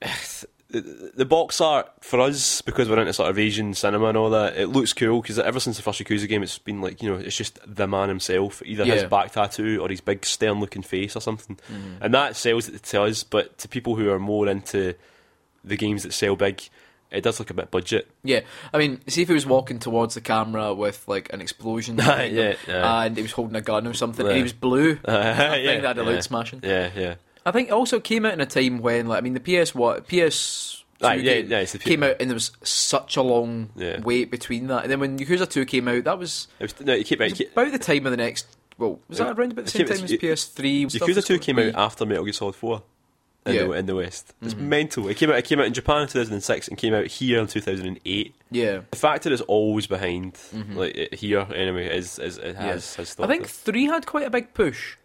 [SPEAKER 2] the the box art for us because we're into sort of Asian cinema and all that. It looks cool because ever since the first Yakuza game, it's been like you know, it's just the man himself, either his
[SPEAKER 1] Yeah. Mm-hmm.
[SPEAKER 2] back tattoo or his big stern-looking face or something, and that sells it to us. But to people who are more into the games that sell big, it does look a bit budget.
[SPEAKER 1] Yeah, I mean, see if he was walking towards the camera with like an explosion, behind him,
[SPEAKER 2] Yeah, yeah.
[SPEAKER 1] and he was holding a gun or something, and
[SPEAKER 2] Yeah.
[SPEAKER 1] he was blue.
[SPEAKER 2] I
[SPEAKER 1] think that'd allow it smashing.
[SPEAKER 2] Yeah, yeah.
[SPEAKER 1] I think it also came out in a time when, like, I mean, the PS what PS.
[SPEAKER 2] Aye, yeah, yeah, it's the P-
[SPEAKER 1] came out and there was such a long
[SPEAKER 2] Yeah.
[SPEAKER 1] wait between that, and then when Yakuza Two came out, that was
[SPEAKER 2] It was, no, it came, it came,
[SPEAKER 1] about the time of the next. Well, was that around about the
[SPEAKER 2] It
[SPEAKER 1] same
[SPEAKER 2] came-
[SPEAKER 1] time as
[SPEAKER 2] it-
[SPEAKER 1] PS3? stuff
[SPEAKER 2] Yakuza
[SPEAKER 1] was
[SPEAKER 2] Two
[SPEAKER 1] going-
[SPEAKER 2] came out after Metal Gear Solid Four. In,
[SPEAKER 1] Yeah. Mm-hmm.
[SPEAKER 2] the, in the West, it's mental. It came out. It came out in Japan in 2006 and came out here in 2008.
[SPEAKER 1] Yeah,
[SPEAKER 2] The fact that it's always behind, like it, here anyway, is, is it has,
[SPEAKER 1] yes.
[SPEAKER 2] has
[SPEAKER 1] I
[SPEAKER 2] stopped
[SPEAKER 1] think
[SPEAKER 2] it.
[SPEAKER 1] three had quite a big push.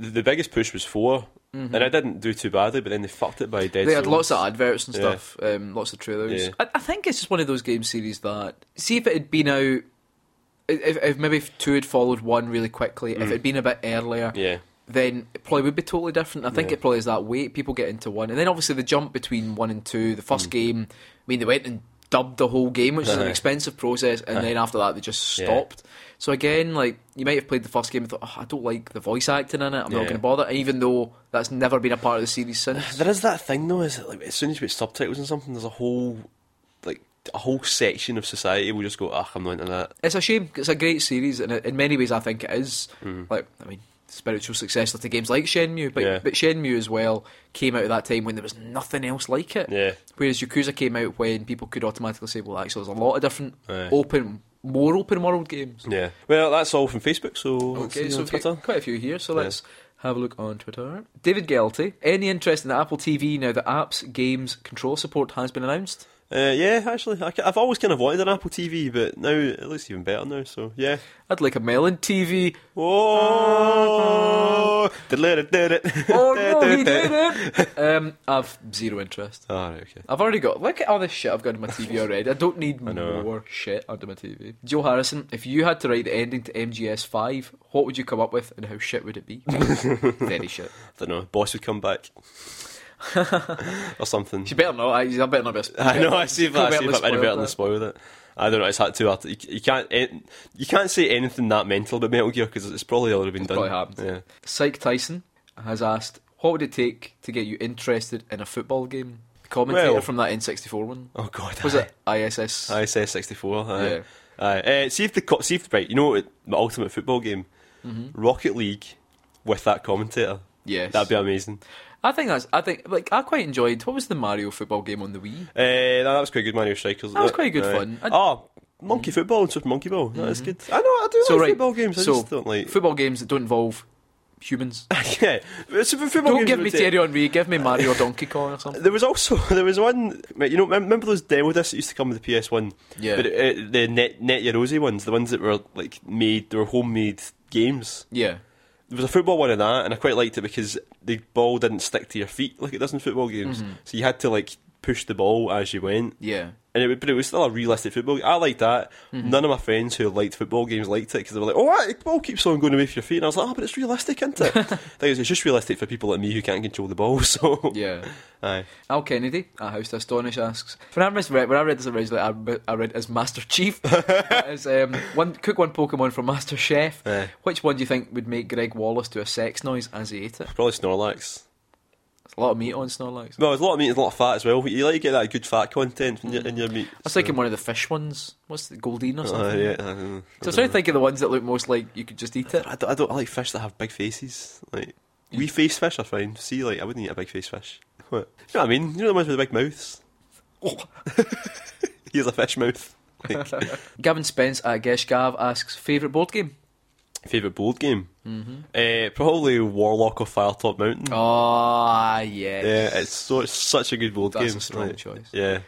[SPEAKER 2] the, the biggest push was 4 and I didn't do too badly, but then Mm-hmm. they fucked it by dead.
[SPEAKER 1] They had lots
[SPEAKER 2] Souls.
[SPEAKER 1] of adverts and
[SPEAKER 2] Yeah.
[SPEAKER 1] stuff, um, lots of trailers.
[SPEAKER 2] Yeah.
[SPEAKER 1] I, I think it's just one of those game series that see if it had been out, if, if maybe if two had followed one really quickly, if it had been a bit earlier,
[SPEAKER 2] Mm. Yeah,
[SPEAKER 1] then it probably would be totally different. I think
[SPEAKER 2] Yeah.
[SPEAKER 1] it probably is that way. People get into one, and then obviously the jump between one and two. The
[SPEAKER 2] Mm.
[SPEAKER 1] first game, I mean, they went and dubbed the whole game, which is an
[SPEAKER 2] Aye.
[SPEAKER 1] expensive process, and then after that they just
[SPEAKER 2] Uh-huh. Yeah.
[SPEAKER 1] stopped. So again, like you might have played the first game and thought, oh, I don't like the voice acting in it. I'm not
[SPEAKER 2] Yeah.
[SPEAKER 1] going to bother, and even though that's never been a part of the series since.
[SPEAKER 2] there is that thing though. Is that, like as soon as you put subtitles and something, there's a whole like a whole section of society will just go, "Ah, I'm not into that."
[SPEAKER 1] it's a shame. 'cause It's a great series, and in many ways, I think it is. Like, I mean, spiritual successor to games like Shenmue, but
[SPEAKER 2] Mm-hmm. Yeah.
[SPEAKER 1] but Shenmue as well came out at that time when there was nothing else like it.
[SPEAKER 2] Yeah.
[SPEAKER 1] Whereas Yakuza came out when people could automatically say, "Well, actually, there's a lot of different
[SPEAKER 2] Aye.
[SPEAKER 1] open, more open world games."
[SPEAKER 2] Yeah. Well, that's all from Facebook. So let's
[SPEAKER 1] Okay,
[SPEAKER 2] Oh, see
[SPEAKER 1] so
[SPEAKER 2] on
[SPEAKER 1] we've got
[SPEAKER 2] Twitter.
[SPEAKER 1] quite a few here. So
[SPEAKER 2] Yeah.
[SPEAKER 1] let's have a look on Twitter. David Gelty, any interest in the Apple TV now that apps, games, control support has been announced?
[SPEAKER 2] Uh, yeah, actually, I, have always kind of wanted an Apple TV, but now it looks even better now. So yeah.
[SPEAKER 1] I'd like a melon TV.
[SPEAKER 2] Ah. Oh, did it, did it.
[SPEAKER 1] Oh no, he did it. Um, I've zero interest.
[SPEAKER 2] Ah, right, okay.
[SPEAKER 1] I've already got. Look at all this shit I've got on my TV already. I don't need
[SPEAKER 2] know.
[SPEAKER 1] more shit under my TV. Joe Harrison, if you had to write the ending to MGS Five, what would you come up with, and how shit would it be? Very shit.
[SPEAKER 2] I don't know. Boss would come back or something.
[SPEAKER 1] You better not. I, I better not. Be a-
[SPEAKER 2] I know. I see if I see if I've
[SPEAKER 1] spoiled
[SPEAKER 2] inadvertently
[SPEAKER 1] that.
[SPEAKER 2] spoiled it. I don't know. It's hard to. You, you can't. en- You can't say anything that mental about Metal Gear because it's probably already been done.
[SPEAKER 1] probably happened.
[SPEAKER 2] Yeah.
[SPEAKER 1] Psych Tyson has asked, what would it take to get you interested in a football game? The commentator
[SPEAKER 2] Well-
[SPEAKER 1] from that N64 one
[SPEAKER 2] Oh God.
[SPEAKER 1] was it ISS?
[SPEAKER 2] ISS sixty four.
[SPEAKER 1] Yeah.
[SPEAKER 2] Aye. Aye. Uh, see if the co- see if right. You know what? My ultimate football game,
[SPEAKER 1] Mm-hmm.
[SPEAKER 2] Rocket League, with that commentator.
[SPEAKER 1] yes,
[SPEAKER 2] That'd be amazing.
[SPEAKER 1] I think that's. I think like I quite enjoyed. What was the Mario football game on the Wii?
[SPEAKER 2] Uh, no, that was quite good, Mario Strikers.
[SPEAKER 1] That was quite good
[SPEAKER 2] Aye.
[SPEAKER 1] fun. I- Mm-hmm.
[SPEAKER 2] Oh, Monkey Football and Super Monkey Ball. That is good. I know. I do
[SPEAKER 1] So,
[SPEAKER 2] like
[SPEAKER 1] right,
[SPEAKER 2] football games. I
[SPEAKER 1] so-
[SPEAKER 2] just don't like.
[SPEAKER 1] Football games that don't involve humans.
[SPEAKER 2] yeah, but super football
[SPEAKER 1] Don't
[SPEAKER 2] games
[SPEAKER 1] give
[SPEAKER 2] would
[SPEAKER 1] me
[SPEAKER 2] take-
[SPEAKER 1] Thierry Henry, give me Mario or Donkey Kong or something.
[SPEAKER 2] There was also there was one mate, you know mem- remember those demo discs that used to come with the PS One
[SPEAKER 1] Yeah.
[SPEAKER 2] but uh, the Net Net Yerosi ones the ones that were like made they were homemade games
[SPEAKER 1] Yeah.
[SPEAKER 2] there was a football one in that and I quite liked it because the ball didn't stick to your feet like it does in football games
[SPEAKER 1] Mm-hmm.
[SPEAKER 2] so you had to like push the ball as you went
[SPEAKER 1] Yeah.
[SPEAKER 2] and it would, but it was still a realistic football. game. I liked that.
[SPEAKER 1] Mm-hmm.
[SPEAKER 2] None of my friends who liked football games liked it because they were like, "Oh, what? the ball keeps on going away from your feet," and I was like, "Oh, but it's realistic, isn't it?" I think it's just realistic for people like me who can't control the ball. So,
[SPEAKER 1] Yeah.
[SPEAKER 2] aye.
[SPEAKER 1] Al Kennedy at House to Astonish asks When I, mis- read, when I read this originally, I, re- I read as Master Chief. That is, um, one, cook one Pokemon for Master Chef.
[SPEAKER 2] Aye.
[SPEAKER 1] Which one do you think would make Greg Wallace do a sex noise as he ate it?
[SPEAKER 2] Probably Snorlax.
[SPEAKER 1] There's a lot of meat on Snorlax.
[SPEAKER 2] Well, there's a lot of meat, and a lot of fat as well. You like to get that good fat content in your, in your meat.
[SPEAKER 1] I was thinking one of the fish ones. What's the Goldine or
[SPEAKER 2] Uh,
[SPEAKER 1] something?
[SPEAKER 2] yeah, I don't know.
[SPEAKER 1] So I was trying to think of the ones that look most like you could just eat it.
[SPEAKER 2] I don't, I don't I like fish that have big faces. Like wee face fish are fine. See, like I wouldn't eat a big face fish. What? You know what I mean? You know the ones with the big mouths. Oh. he has a fish mouth. Like,
[SPEAKER 1] Gavin Spence at Gesh Gav asks Favourite board game?
[SPEAKER 2] Favorite board game? Mm-hmm. Uh, probably Warlock of Firetop Mountain.
[SPEAKER 1] Oh, yes.
[SPEAKER 2] Hmm. Yeah, it's so it's such a good board
[SPEAKER 1] That's
[SPEAKER 2] game.
[SPEAKER 1] a strong
[SPEAKER 2] like,
[SPEAKER 1] choice.
[SPEAKER 2] Yeah,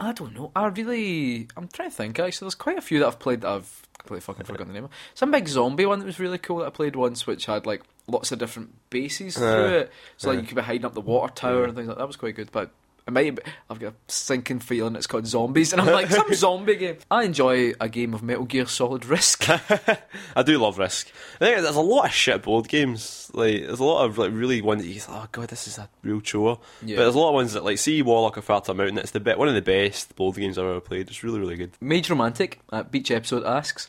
[SPEAKER 1] I don't know. I really, I'm trying to think. Actually, there's quite a few that I've played that I've completely fucking forgotten the name of. Some big zombie one that was really cool that I played once, which had like lots of different bases through
[SPEAKER 2] Uh,
[SPEAKER 1] it. So like you could be hiding up the water tower and things like that. That was quite good, but. I might have, I've got a sinking feeling it's called Zombies, and I'm like, some zombie game. I enjoy a game of Metal Gear Solid Risk.
[SPEAKER 2] I do love Risk. I think there's a lot of shit board games. Like there's a lot of like really one that you think, oh god, this is a real chore.
[SPEAKER 1] Yeah.
[SPEAKER 2] But there's a lot of ones that like see Warlock of Firetop Mountain. It's the be- one of the best board games I've ever played. It's really really good.
[SPEAKER 1] Mage Romantic at Beach Episode asks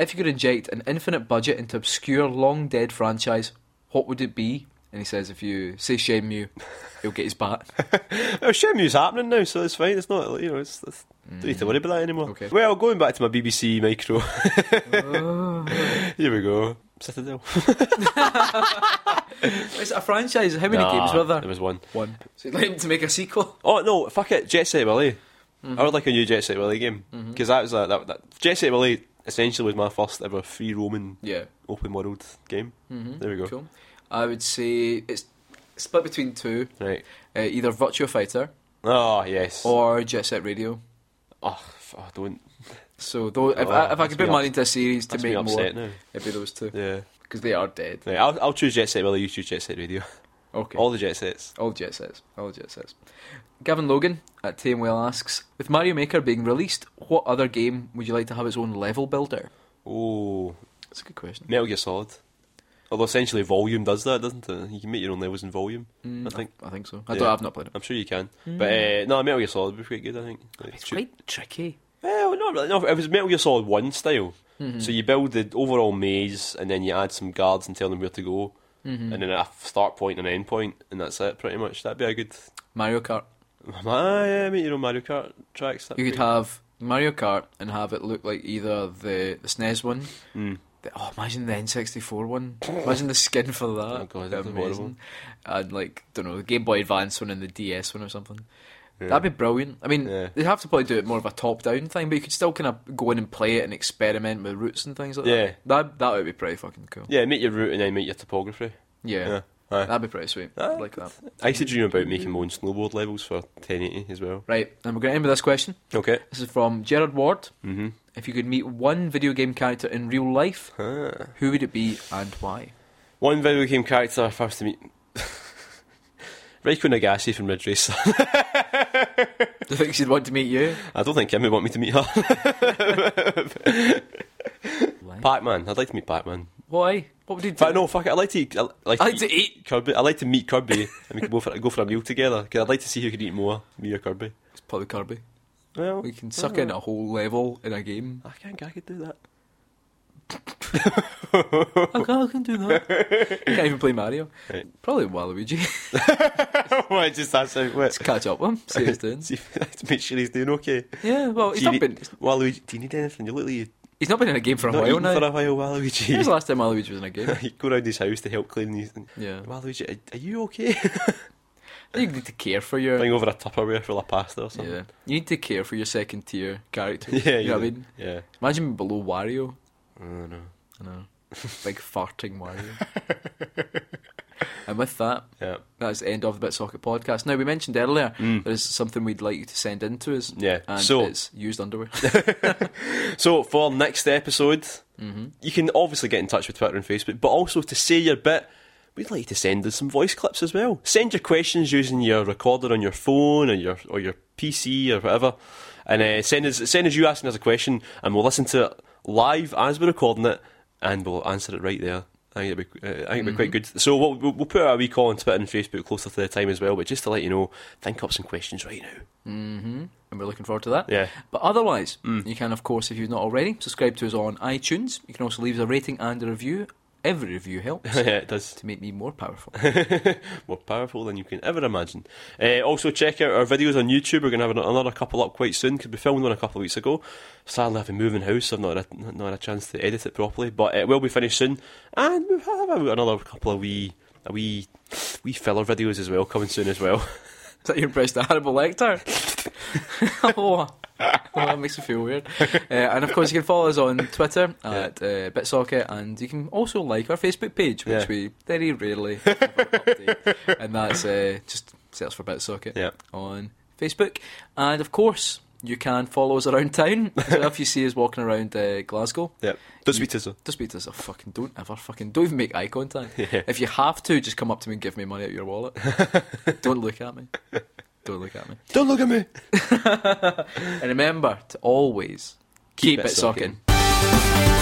[SPEAKER 1] If you could inject an infinite budget into obscure, long dead franchise, what would it be? And he says, If you say Shenmue, he'll get his bat.
[SPEAKER 2] Oh, Shenmue's happening now, so it's fine. It's not like, you know it's. it's Don't need to worry about that anymore.
[SPEAKER 1] Mm. Okay.
[SPEAKER 2] Well, going back to my BBC micro.
[SPEAKER 1] Oh.
[SPEAKER 2] Here we go. Citadel.
[SPEAKER 1] It's a franchise. How many
[SPEAKER 2] Nah,
[SPEAKER 1] games were there?
[SPEAKER 2] There was one.
[SPEAKER 1] One. So you'd like him to make a sequel?
[SPEAKER 2] Oh no, fuck it, Jet Set Willy. I would like a new Jet Set Willy game
[SPEAKER 1] Mm-hmm.
[SPEAKER 2] because that was a, that, that Jet Set Willy essentially was my first ever free roaming
[SPEAKER 1] Yeah.
[SPEAKER 2] open world game.
[SPEAKER 1] Mhm.
[SPEAKER 2] There we go.
[SPEAKER 1] Cool. I would say it's split between two
[SPEAKER 2] Right.
[SPEAKER 1] uh, either Virtua Fighter
[SPEAKER 2] Oh yes. Oh,
[SPEAKER 1] or Jet Set Radio.
[SPEAKER 2] f- oh, don't.
[SPEAKER 1] So, though, if,
[SPEAKER 2] Oh,
[SPEAKER 1] I, if I
[SPEAKER 2] that's
[SPEAKER 1] could put
[SPEAKER 2] me
[SPEAKER 1] money
[SPEAKER 2] ups-
[SPEAKER 1] into a series to
[SPEAKER 2] That's me
[SPEAKER 1] make more,
[SPEAKER 2] upset
[SPEAKER 1] it'd be those two.
[SPEAKER 2] now. Yeah.
[SPEAKER 1] because they are dead.
[SPEAKER 2] Right, I'll, I'll choose Jet Set Willie, you choose Jet Set Radio.
[SPEAKER 1] Okay.
[SPEAKER 2] All the Jet Sets.
[SPEAKER 1] All jet sets. All jet sets. Gavin Logan at Tamewell asks With Mario Maker being released, what other game would you like to have its own level builder?
[SPEAKER 2] Oh,
[SPEAKER 1] That's a good question.
[SPEAKER 2] Metal Gear Solid. Although essentially Volume does that, doesn't it? You can make your own levels in Volume, I think.
[SPEAKER 1] Mm, I think so. I
[SPEAKER 2] Yeah.
[SPEAKER 1] don't, I've not played it.
[SPEAKER 2] I'm sure you can. But
[SPEAKER 1] Mm.
[SPEAKER 2] uh, no, Metal Gear Solid would be quite good, I think. Like,
[SPEAKER 1] It's
[SPEAKER 2] shoot-
[SPEAKER 1] quite tricky.
[SPEAKER 2] Well, not really. No, it was Metal Gear Solid 1 style.
[SPEAKER 1] Mm-hmm.
[SPEAKER 2] So you build the overall maze and then you add some guards and tell them where to go.
[SPEAKER 1] Mm-hmm.
[SPEAKER 2] And then a start point and an end point, and that's it, pretty much. That'd be a good.
[SPEAKER 1] Mario Kart.
[SPEAKER 2] Ah, yeah, I mean, you know, Mario Kart tracks. that'd
[SPEAKER 1] You
[SPEAKER 2] be-
[SPEAKER 1] could have Mario Kart and have it look like either the, the SNES one.
[SPEAKER 2] Mm,
[SPEAKER 1] The, oh, imagine the N64 one. Imagine the skin for that.
[SPEAKER 2] Oh,
[SPEAKER 1] That'd
[SPEAKER 2] God, that'd
[SPEAKER 1] be
[SPEAKER 2] be
[SPEAKER 1] amazing. And, like, don't know, the Game Boy Advance one and the DS one or something. That'd be brilliant. I mean,
[SPEAKER 2] Yeah.
[SPEAKER 1] they'd have to probably do it more of a top down thing, but you could still kind of go in and play it and experiment with routes and things like
[SPEAKER 2] Yeah.
[SPEAKER 1] that. That that would be pretty fucking cool.
[SPEAKER 2] Yeah, make your route and then make your topography.
[SPEAKER 1] Yeah.
[SPEAKER 2] Yeah. Aye.
[SPEAKER 1] That'd be pretty sweet.
[SPEAKER 2] Ah,
[SPEAKER 1] I'd like that.
[SPEAKER 2] I used to dream about making my own snowboard levels for 1080 as well.
[SPEAKER 1] Right, and we're going to end with this question.
[SPEAKER 2] Okay.
[SPEAKER 1] This is from Gerard Ward.
[SPEAKER 2] Mm-hmm.
[SPEAKER 1] If you could meet one video game character in real life, who would it be and why?
[SPEAKER 2] Ah. One video game character I first to meet. Reiko Nagase from Ridge Racer.
[SPEAKER 1] Do you think she'd want to meet you?
[SPEAKER 2] I don't think Kim would want me to meet her. Pac Man. I'd like to meet Pac Man.
[SPEAKER 1] Why? What would you do?
[SPEAKER 2] But no, fuck it. I'd like to eat. I'd like
[SPEAKER 1] I
[SPEAKER 2] to,
[SPEAKER 1] like to eat.
[SPEAKER 2] Kirby. I'd like to meet Kirby and we could go for, go for a meal together. Because I'd like to see who could eat more, me or Kirby.
[SPEAKER 1] It's probably Kirby.
[SPEAKER 2] Well,
[SPEAKER 1] We can suck
[SPEAKER 2] Oh.
[SPEAKER 1] in a whole level in a game.
[SPEAKER 2] I think I could do that.
[SPEAKER 1] I can, I can do that. Can't even play Mario.
[SPEAKER 2] Right.
[SPEAKER 1] Probably Waluigi.
[SPEAKER 2] Why just that's out. Wait.
[SPEAKER 1] Let's catch up with him. See how he's doing.
[SPEAKER 2] See if- make sure he's doing okay.
[SPEAKER 1] Yeah, well, he's not
[SPEAKER 2] Do you need-
[SPEAKER 1] been
[SPEAKER 2] Waluigi, do you need anything? You look like you've
[SPEAKER 1] he's not been in a game for a
[SPEAKER 2] not
[SPEAKER 1] while
[SPEAKER 2] eaten
[SPEAKER 1] now.
[SPEAKER 2] for a while,
[SPEAKER 1] When was the
[SPEAKER 2] Waluigi.
[SPEAKER 1] last time Waluigi was in a game?
[SPEAKER 2] you go round his house to help clean these things.
[SPEAKER 1] Yeah,
[SPEAKER 2] Waluigi, are, are you okay?
[SPEAKER 1] you need to care for your.
[SPEAKER 2] Bring over a Tupperware full of pasta or something.
[SPEAKER 1] Yeah, you need to care for your second tier character.
[SPEAKER 2] Yeah,
[SPEAKER 1] you know what I
[SPEAKER 2] do.
[SPEAKER 1] mean. Oh,
[SPEAKER 2] Yeah.
[SPEAKER 1] Imagine being below Wario.
[SPEAKER 2] I don't know.
[SPEAKER 1] I know, like farting Wario. and with that,
[SPEAKER 2] Yeah.
[SPEAKER 1] That's the end of the Bitsocket podcast. Now, we mentioned earlier there's something we'd like you to send in to us.
[SPEAKER 2] Mm. Yeah,
[SPEAKER 1] And
[SPEAKER 2] so-
[SPEAKER 1] it's used underwear.
[SPEAKER 2] So for next episode, you can obviously get in touch with Twitter and Facebook, but also to say your bit, we'd like you to send us some voice clips as well. Send your questions using your recorder on your phone or your or your PC or whatever, and uh, send us send us you asking us a question, and we'll listen to it live as we're recording it, and we'll answer it right there. I think it'd be, uh, I think it'd be quite good. So we'll, we'll we'll put out a wee call on Twitter and Facebook closer to the time as well. But just to let you know, think up some questions right now.
[SPEAKER 1] Mm-hmm. and we're looking forward to that.
[SPEAKER 2] Yeah.
[SPEAKER 1] But otherwise, you can, of course, if you've not already, subscribe to us on iTunes. You can also leave us a rating and a review. Every review helps to
[SPEAKER 2] yeah, it does.
[SPEAKER 1] make me more powerful.
[SPEAKER 2] more powerful than you can ever imagine. Uh, also, check out our videos on YouTube. We're going to have an- another couple up quite soon because we filmed one a couple of weeks ago. Sadly, I've been moving house, so I've not had, a, not had a chance to edit it properly, but it will be finished soon. And we'll have a- another couple of wee, a wee, wee filler videos as well coming soon as well.
[SPEAKER 1] Is that your impression of Hannibal Lecter? oh, oh, that makes me feel weird. Uh, and of course, you can follow us on Twitter at uh, Bitsocket, and you can also like our Facebook page, which
[SPEAKER 2] Yeah.
[SPEAKER 1] we very rarely ever update. And that's uh, just search for Bitsocket
[SPEAKER 2] Yeah.
[SPEAKER 1] on Facebook. And of course, you can follow us around town. So if you see us walking around uh, Glasgow,
[SPEAKER 2] Yeah. Don't speak to us. though.
[SPEAKER 1] just speak to us. Oh, fucking don't ever fucking don't even make eye contact.
[SPEAKER 2] Yeah.
[SPEAKER 1] If you have to, just come up to me and give me money out of your wallet. don't look at me. Don't look at me.
[SPEAKER 2] Don't look at me!
[SPEAKER 1] And remember to always keep, it
[SPEAKER 2] it
[SPEAKER 1] sucking.
[SPEAKER 2] sucking.